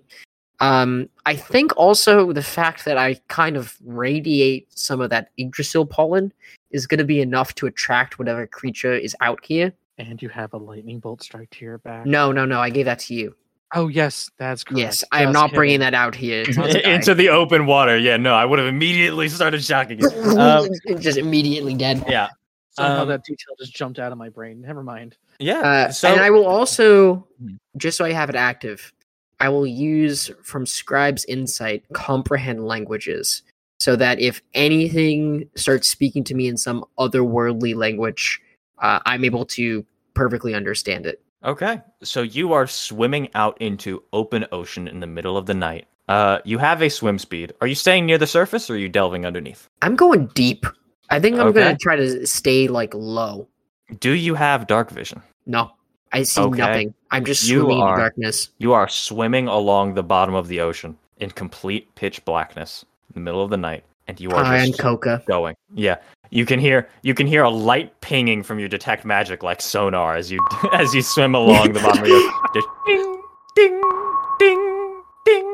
Um, I think also the fact that I kind of radiate some of that Yggdrasil pollen is going to be enough to attract whatever creature is out here. and you have a lightning bolt strike to your back. No, no, no. I gave that to you. Oh yes, that's correct. Yes, I am Just not kidding. bringing that out here. It's not a into the open water. Yeah. No, I would have immediately started shocking you. guy. Um, just immediately dead. yeah. Somehow um, that detail just jumped out of my brain. Never mind. Yeah. Uh, so and I will also, Mhm. just so I have it active, I will use from Scribe's Insight comprehend languages so that if anything starts speaking to me in some otherworldly language, uh, I'm able to perfectly understand it. Okay. So you are swimming out into open ocean in the middle of the night. Uh, you have a swim speed. Are you staying near the surface or are you delving underneath? I'm going deep. I think I'm Okay. going to try to stay like low. Do you have dark vision? No, I see Okay. nothing. I'm just You swimming in are- the darkness. You are swimming along the bottom of the ocean in complete pitch blackness in the middle of the night, and you are Pie and just coca. going. Yeah. You can hear you can hear a light pinging from your detect magic like sonar as you as you swim along the bottom of your just ding ding ding ding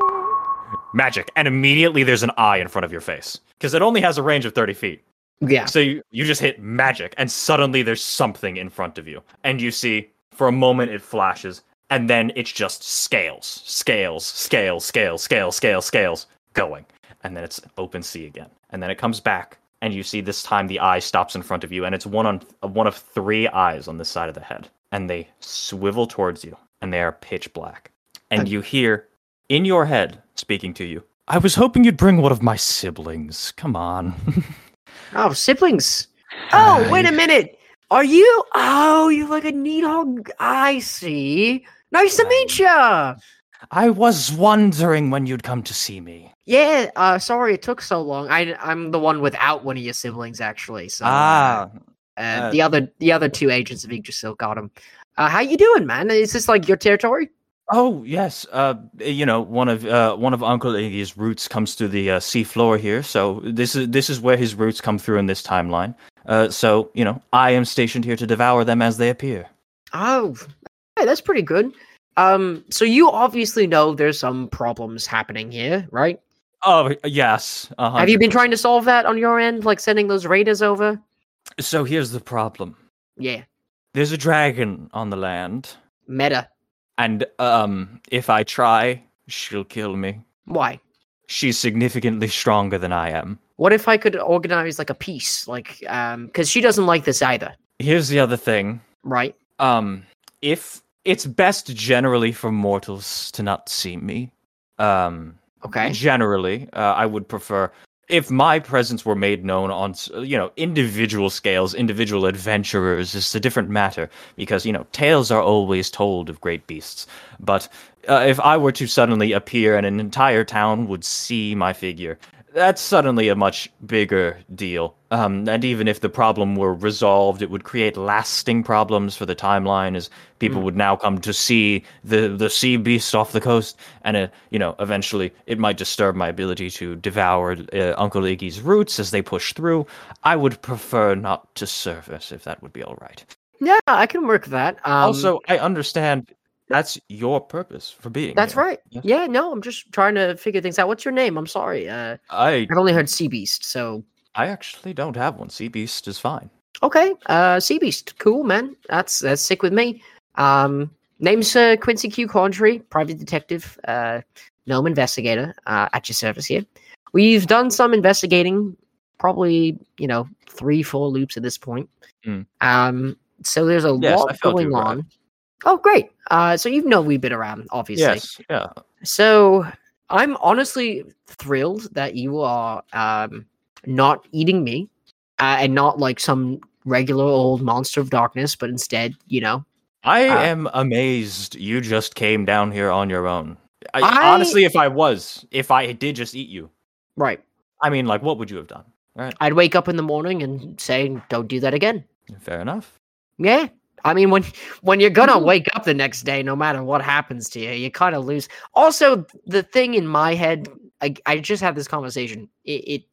magic and immediately there's an eye in front of your face because it only has a range of 30 feet Yeah. so you, you just hit magic and suddenly there's something in front of you and you see for a moment it flashes and then it's just scales scales scales scales scales scales scales going and then it's open sea again and then it comes back and you see this time the eye stops in front of you and it's one on one of three eyes on this side of the head and they swivel towards you and they are pitch black. And you hear in your head speaking to you, I was hoping you'd bring one of my siblings. Come on. Oh, siblings. Oh, wait a Hi. minute. Are you? Oh, you like a neat hog. I see. Nice to meet ya. I was wondering when you'd come to see me. Yeah. Uh, sorry it took so long. I I'm the one without one of your siblings actually. So uh, Ah, uh, uh, the other the other two agents of Yggdrasil got him. Uh, how you doing, man? Is this like your territory? oh yes. Uh, you know, one of uh, one of Uncle Iggy's roots comes through the uh, sea floor here, so this is this is where his roots come through in this timeline. Uh, so you know, I am stationed here to devour them as they appear. Oh, hey, that's pretty good. Um, so you obviously know there's some problems happening here, right? Oh yes. uh Have you been trying to solve that on your end, like sending those raiders over? So here's the problem. Yeah, There's a dragon on the land, meta. and um, if I try, she'll kill me. Why? She's significantly stronger than I am. What if I could organize like a piece, like um, because she doesn't like this either, Here's the other thing. right? um if it's best generally for mortals to not see me um Okay. generally uh, i would prefer if my presence were made known on s- you know individual scales individual adventurers it's a different matter because you know tales are always told of great beasts but uh, if i were to suddenly appear and an entire town would see my figure that's suddenly a much bigger deal um, and even if the problem were resolved it would create lasting problems for the timeline as Hmm. people would now come to see the, the sea beast off the coast and uh, you know eventually it might disturb my ability to devour uh, uncle iggy's roots as they push through i would prefer not to surface if that would be all right Yeah, I can work that. Um, also i understand that's your purpose for being that's here. right. Yes. Yeah, no, I'm just trying to figure things out. What's your name? I'm sorry. Uh, i I've only heard Sea Beast, so i actually don't have one sea beast is fine Okay, uh, Sea Beast, cool man. That's that's sick with me. Um, name's uh, Quincy Q. Condry, private detective, uh, gnome investigator uh, at your service here. We've done some investigating, probably you know three, four loops at this point. Mm. Um, so there's a Yes, I lot felt you going were. on. Oh, great. Uh, so you know we've been around, obviously. yes yeah So I'm honestly thrilled that you are um, not eating me uh, and not like some regular old monster of darkness, but instead, you know, I Uh, am amazed you just came down here on your own. I, I- honestly, if I was, if I did just eat you, right. I mean, like, what would you have done? I'd wake up in the morning and say, don't do that again. Fair enough. Yeah. I mean, when when you're gonna wake up the next day, no matter what happens to you, you kind of lose. Also, the thing in my head, I, I just had this conversation. It, it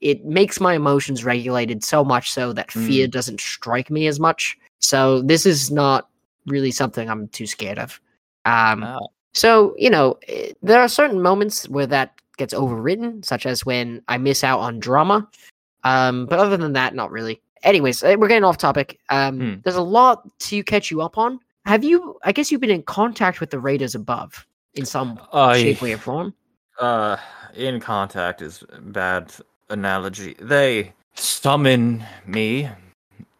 it makes my emotions regulated so much so that fear doesn't strike me as much. So this is not really something I'm too scared of. Um, Ah. so you know, eh, there are certain moments where that gets overridden, such as when I miss out on drama. Um, but other than that, not really. Anyways, eh, we're getting off topic. Um, Hmm. There's a lot to catch you up on. Have you? I guess you've been in contact with the Raiders above in some shape, way, or I, form. uh, in contact is a bad analogy. They summon me,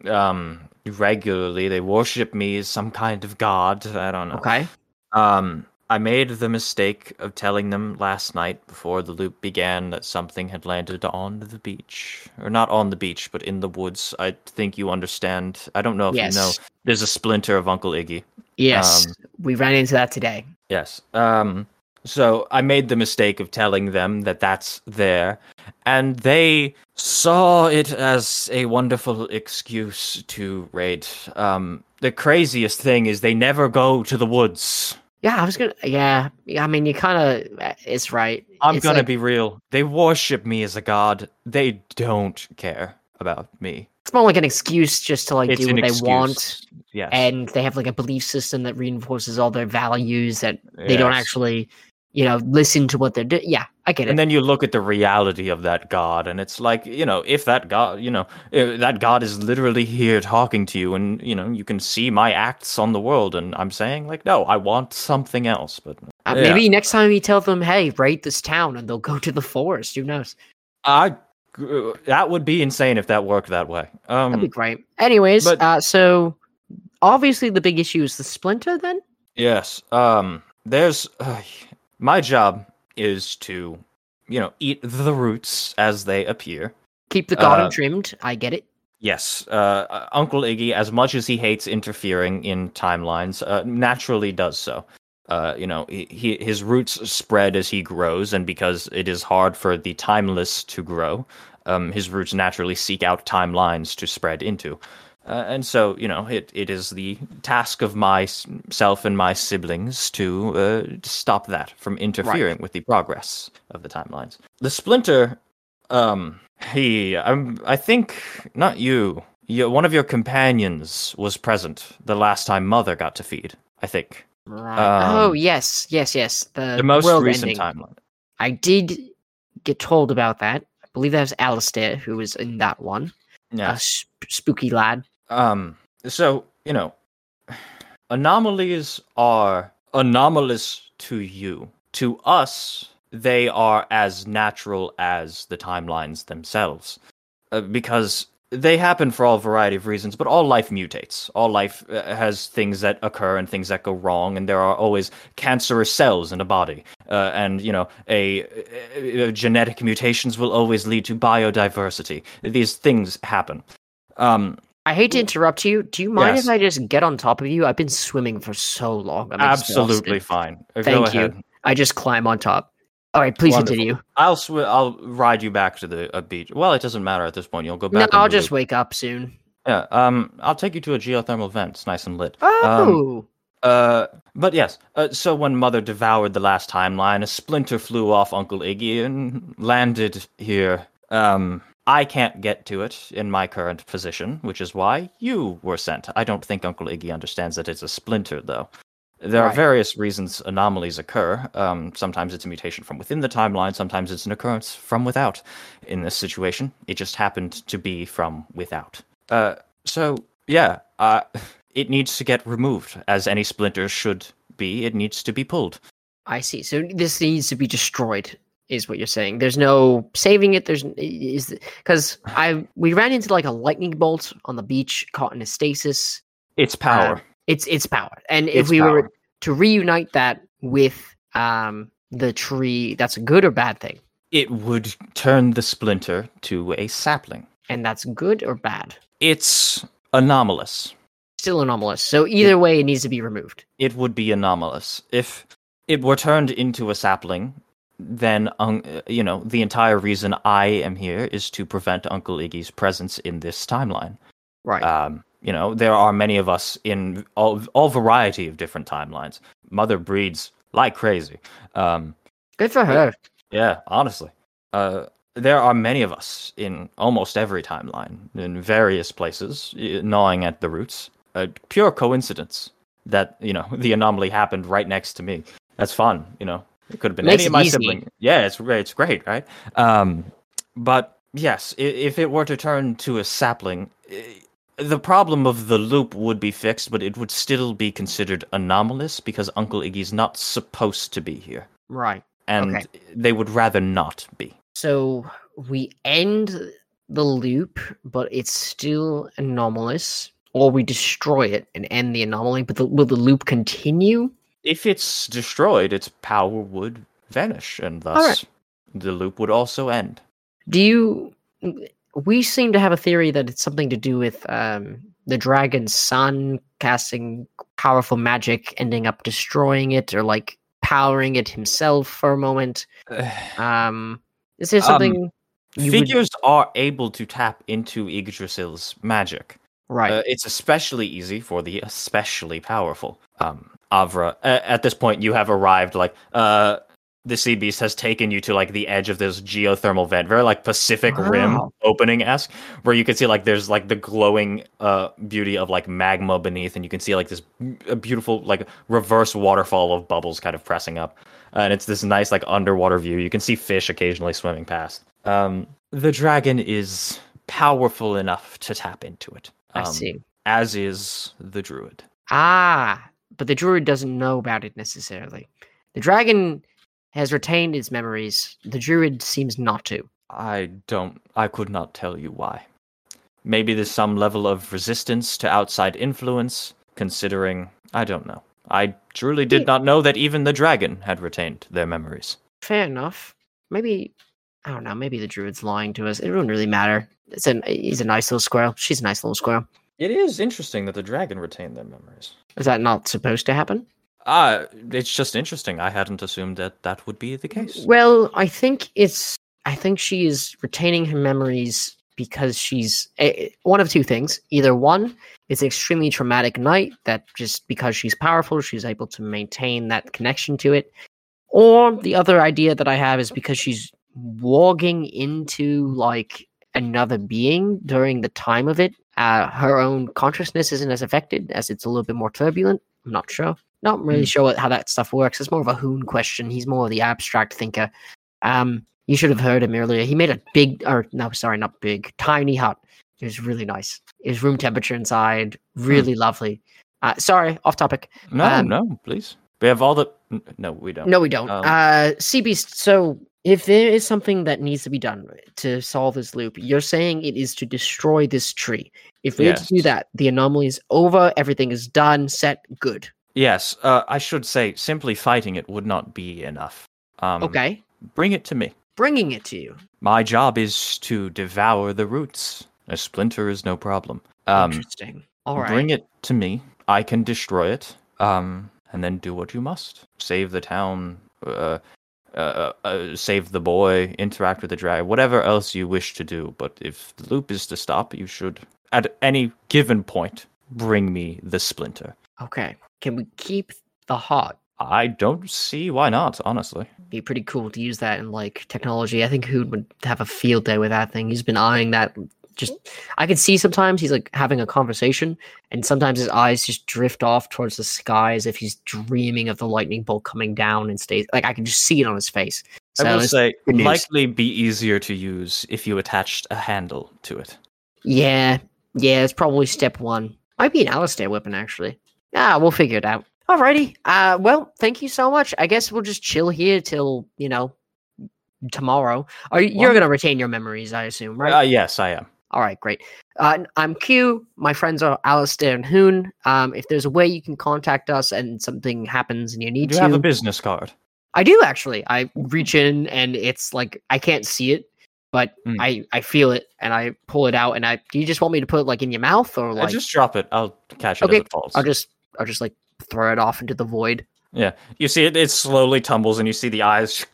um, regularly. They worship me as some kind of god. I don't know. Okay. Um, I made the mistake of telling them last night before the loop began that something had landed on the beach. Or not on the beach, but in the woods. I think you understand. I don't know if Yes. you know. There's a splinter of Uncle Iggy. Yes. Um, we ran into that today. Yes. Um so I made the mistake of telling them that that's there and they saw it as a wonderful excuse to raid. Um the craziest thing is they never go to the woods. Yeah, I was gonna. Yeah, yeah, I mean, you kind of. It's right. I'm It's gonna like- be real. They worship me as a god. They don't care about me. It's more like an excuse just to like it's do an what excuse. they want, Yes. and they have like a belief system that reinforces all their values that they don't Yes. actually, you know, listen to what they're doing. Yeah, I get it. And then you look at the reality of that god, and it's like you know, if that god, you know, eh, that god is literally here talking to you, and you know, you can see my acts on the world, and I'm saying like, no, I want something else, but Uh, Yeah. Maybe next time you tell them, "Hey, raid this town," and they'll go to the forest. Who knows? I. uh, That would be insane if that worked that way. Um, That'd be great. Anyways, but- uh, so obviously the big issue is the splinter then? Yes. Um. There's uh, my job is to, you know, eat the roots as they appear. Keep the garden Uh, trimmed. I get it. Yes, uh, uh, Uncle Iggy, as much as he hates interfering in timelines, uh, naturally does so. Uh, you know, he, he, his roots spread as he grows, and because it is hard for the timeless to grow, um, his roots naturally seek out timelines to spread into. Uh, and so, you know, it, it is the task of myself and my siblings to uh, stop that from interfering with the progress of the timelines. The splinter um, he, I'm, I think not you. Your, one of your companions was present the last time Mother got to feed. I think oh um, yes, yes, yes. The, the most world recent ending. timeline. I did get told about that. I believe that was Alistair who was in that one. A Yeah. sp- spooky lad. Um. So you know, anomalies are anomalous to you. To us, they are as natural as the timelines themselves, uh, because they happen for all variety of reasons. But all life mutates. All life uh, has things that occur and things that go wrong, and there are always cancerous cells in a body. Uh, and you know, a, uh, uh, genetic mutations will always lead to biodiversity. These things happen. Um, I hate to interrupt you. Do you mind Yes. if I just get on top of you? I've been swimming for so long. I'm Absolutely exhausted. fine. Uh, Go Thank you. ahead. I just climb on top. All right, please Wonderful. continue. I'll sw- I'll ride you back to the uh, beach. Well, it doesn't matter at this point. You'll go No, back. I'll into the- just wake up soon. Yeah. Um. I'll take you to a geothermal vent. It's nice and lit. Um, Oh, Uh. But yes. Uh, so when Mother devoured the last timeline, a splinter flew off Uncle Iggy and landed here. Um. I can't get to it in my current position, which is why you were sent. I don't think Uncle Iggy understands that it's a splinter, though. There are Right. various reasons anomalies occur. Um, sometimes it's a mutation from within the timeline, sometimes it's an occurrence from without. In this situation, it just happened to be from without. Uh, so, yeah, uh, it needs to get removed, as any splinter should be. It needs to be pulled. I see. So this needs to be destroyed, is what you're saying. There's no saving it. There's is because I we ran into like a lightning bolt on the beach, caught in a stasis. It's power. It's it's power, and Ah, if It's we were power. to reunite that with um the tree, that's a good or bad thing, It would turn the splinter to a sapling. and that's good or bad. It's anomalous. Still anomalous. So either way, it needs to be removed. it would be anomalous if it were turned into a sapling then un- uh, you know the entire reason i am here is to prevent uncle iggy's presence in this timeline Right. um you know there are many of us in all, all variety of different timelines mother breeds like crazy um good for her. yeah, honestly. Uh, there are many of us in almost every timeline, in various places, i- gnawing at the roots. A pure coincidence that, you know, the anomaly happened right next to me. That's fun, you know. It could have been any Makes of it my easy. siblings. Yeah, it's, re- it's great, right? Um, but yes, i- if it were to turn to a sapling, i- the problem of the loop would be fixed, but it would still be considered anomalous because Uncle Iggy's not supposed to be here Right. and Okay. they would rather not be. So we end the loop, but it's still anomalous, or we destroy it and end the anomaly. But the, will the loop continue? If it's destroyed, its power would vanish, and thus right. the loop would also end. Do you? We seem to have a theory that it's something to do with um, the dragon's son casting powerful magic, ending up destroying it, or like powering it himself for a moment. Um, is there Um, something? you would- Figures are able to tap into Yggdrasil's magic. right. Uh, it's especially easy for the especially powerful. Um, Avra, a- at this point, you have arrived. Like, uh, the sea beast has taken you to like the edge of this geothermal vent, very like Pacific Rim Wow. opening esque, where you can see like there's like the glowing uh beauty of like magma beneath, and you can see like this m- a beautiful like reverse waterfall of bubbles kind of pressing up, Uh, and it's this nice like underwater view. You can see fish occasionally swimming past. Um, the dragon is powerful enough to tap into it. I Um, see. as is the druid. Ah, but the druid doesn't know about it necessarily. The dragon has retained its memories. The druid seems not to. I don't, I could not tell you why. Maybe there's some level of resistance to outside influence. considering I don't know. I truly did not know that even the dragon had retained their memories. Fair enough. Maybe I don't know. Maybe the druid's lying to us. It wouldn't really matter. It's an he's a nice little squirrel. She's a nice little squirrel. It is interesting that the dragon retained their memories. Is that not supposed to happen? Ah, it's just interesting. I hadn't assumed that that would be the case. Well, I think it's. I think she is retaining her memories because she's eh, eh, one of two things. Either one, it's an extremely traumatic night that just because she's powerful, she's able to maintain that connection to it. Or the other idea that I have is because she's walking into like another being during the time of it. Uh, her own consciousness isn't as affected as it's a little bit more turbulent. I'm not sure not really Mm. sure what, how that stuff works. It's more of a Hoon question. He's more of the abstract thinker. Um, you should have heard him earlier. He made a big, or no, sorry, not big, tiny hut. It was really nice. It was room temperature inside, Hmm. really lovely. Uh, sorry, off topic. No, Um, no, please. We have all the. n- No, we don't. No, we don't. Um, uh, sea beast. So, if there is something that needs to be done to solve this loop, you're saying it is to destroy this tree. If we are to do Yes. that, the anomaly is over. Everything is done, set, good. Yes, uh, I should say simply fighting it would not be enough. Um, Okay, Bring it to me. bringing it to you. My job is to devour the roots. A splinter is no problem. Um, Interesting. All right. Bring it to me. I can destroy it. Um, and then do what you must. Save the town. Uh, uh, uh, save the boy. Interact with the dragon. Whatever else you wish to do. But if the loop is to stop, you should, at any given point, bring me the splinter. Okay. Can we keep the heart? I don't see why not, honestly. Be pretty cool to use that in like technology. I think Hood would have a field day with that thing. He's been eyeing that. Just I could see sometimes he's like having a conversation, and sometimes his eyes just drift off towards the sky as if he's dreaming of the lightning bolt coming down and stays. Like I can just see it on his face. So I will it's- say, good news. likely be easier to use if you attached a handle to it. yeah, yeah, it's probably step one. Might be an Alistair weapon actually. Ah, we'll figure it out. Alrighty. Uh, well, thank you so much. I guess we'll just chill here till you know tomorrow. Are you, you're gonna retain your memories, I assume, right? Uh, yes, I am. All right, great. Uh, n- I'm Q. My friends are Alistair and Hoon. Um, if there's a way you can contact us and something happens and you need Do you to, have a business card? I do actually. I reach in and it's like I can't see it, but Mm. I I feel it and I pull it out. And I do you just want me to put it like in your mouth or Uh, like just drop it. I'll catch it Okay, as it falls. I'll just I'll just like throw it off into the void. You see it, it slowly tumbles, and you see the eyes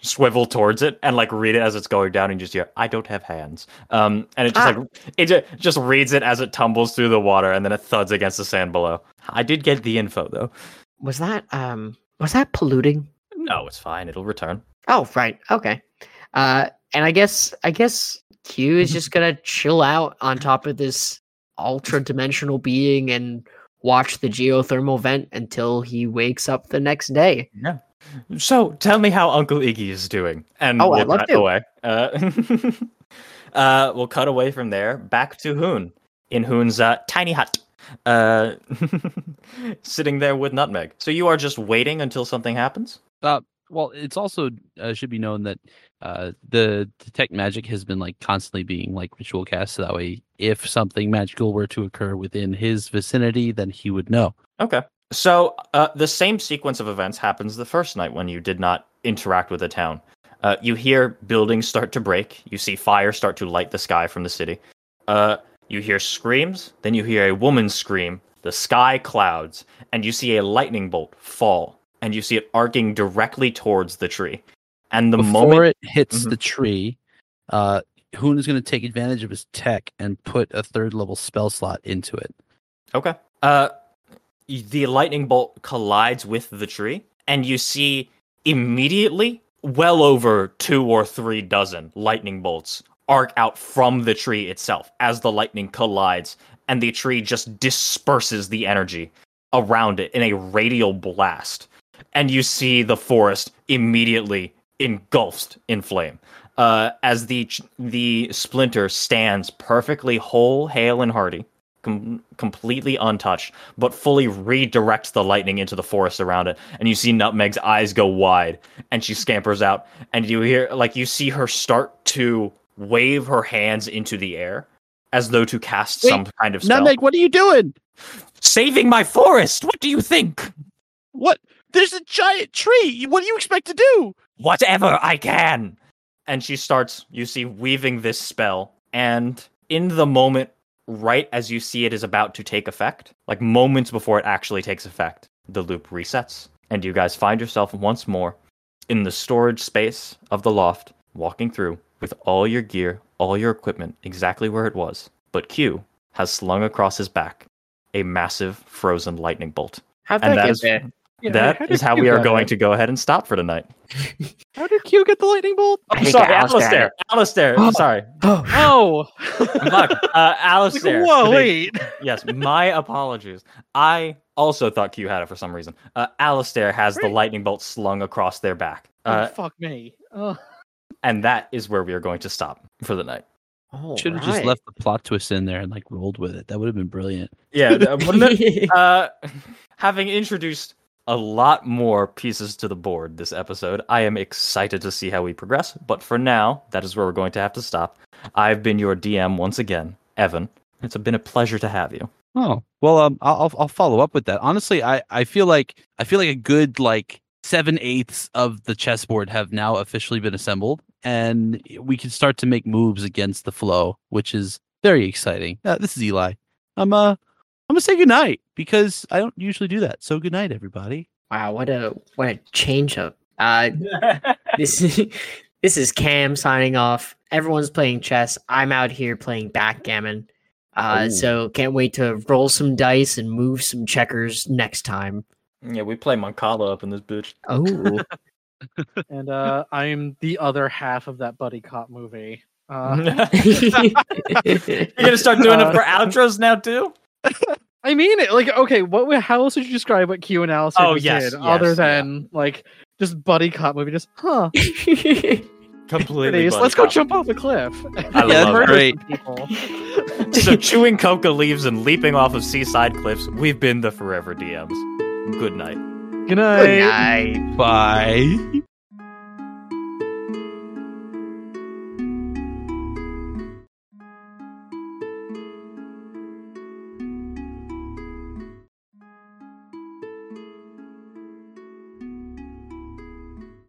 swivel towards it, and like read it as it's going down, and you just hear, "I don't have hands." Um, and it just Ah. like it ju- just reads it as it tumbles through the water, and then it thuds against the sand below. I did get the info though. Was that um was that polluting? No, it's fine. It'll return. Oh, right. Okay. Uh, and I guess I guess Q is just gonna chill out on top of this ultra dimensional being and watch the geothermal vent until he wakes up the next day. So tell me how Uncle Iggy is doing, and Oh, we'll I'd love cut to. away. Uh, uh, we'll cut away from there back to Hoon in Hoon's uh, tiny hut, uh, sitting there with Nutmeg. So you are just waiting until something happens. uh, well it's also uh, should be known that uh the detect magic has been like constantly being like ritual cast so that way if something magical were to occur within his vicinity then he would know Okay. So uh, the same sequence of events happens the first night when you did not interact with the town. Uh, you hear buildings start to break. You see fire start to light the sky from the city. Uh, you hear screams. Then you hear a woman scream. The sky clouds, and you see a lightning bolt fall, and you see it arcing directly towards the tree. And the before moment it hits Mhm. the tree uh Hoon is going to take advantage of his tech and put a third level spell slot into it. Okay. Uh, y- the lightning bolt collides with the tree, and you see immediately well over two or three dozen lightning bolts arc out from the tree itself as the lightning collides, and the tree just disperses the energy around it in a radial blast. And you see the forest immediately engulfed in flame. Uh, as the ch- the splinter stands perfectly whole, hale, and hearty, com- completely untouched, but fully redirects the lightning into the forest around it. And you see Nutmeg's eyes go wide, and she scampers out. And you hear, like, you see her start to wave her hands into the air, as though to cast Wait, some kind of spell. Nutmeg, what are you doing? Saving my forest. What do you think? What? There's a giant tree. What do you expect to do? Whatever I can. And she starts, you see, weaving this spell. And in the moment, right as you see it is about to take effect, like moments before it actually takes effect, the loop resets. And you guys find yourself once more in the storage space of the loft, walking through with all your gear, all your equipment, exactly where it was. But Q has slung across his back a massive frozen lightning bolt. How'd And that that get is- there? Yeah, that did is how Q we are get going it? to go ahead and stop for tonight. How did Q get the lightning bolt? I I'm think sorry, Alistair had Alistair. Alistair. I'm sorry. Oh, Oh, Fuck. Uh, Like, Alistair. whoa, to be- wait. Yes, my apologies. I also thought Q had it for some reason. Uh, Alistair has the Great. lightning bolt slung across their back. Oh, Uh, fuck me. Oh, and that is where we are going to stop for the night. oh Should have just left the plot twist in there and like rolled with it. That would have been brilliant. Yeah, uh, wouldn't it- uh, having introduced a lot more pieces to the board this episode, I am excited to see how we progress. But for now, that is where we're going to have to stop. I've been your DM once again, Evan. It's been a pleasure to have you. Oh well, um, I'll I'll- I'll follow up with that. Honestly, I I feel like I feel like a good like seven eighths of the chessboard have now officially been assembled, and we can start to make moves against the flow, which is very exciting. Uh, this is Eli. I'm uh I'm gonna say goodnight because I don't usually do that. So good night, everybody. Wow, what a what a change up. Uh this is this is Cam signing off. Everyone's playing chess. I'm out here playing backgammon. Uh Ooh. so can't wait to roll some dice and move some checkers next time. Yeah, we play Moncala up in this bitch. Oh. and uh, I'm the other half of that buddy cop movie. Uh, You're gonna start doing it Uh, for outros now too. I mean it. Like, okay, what? would- How else would you describe what Q and Alistair Oh, just yes, did, other yes, yeah. than like just buddy cop movie? Just huh? Completely. Denise, let's go jump off a cliff. I Yeah, love murder it. some people. so chewing coca leaves and leaping off of seaside cliffs. We've been the forever DMs. Good night. Good Good night. night. Bye.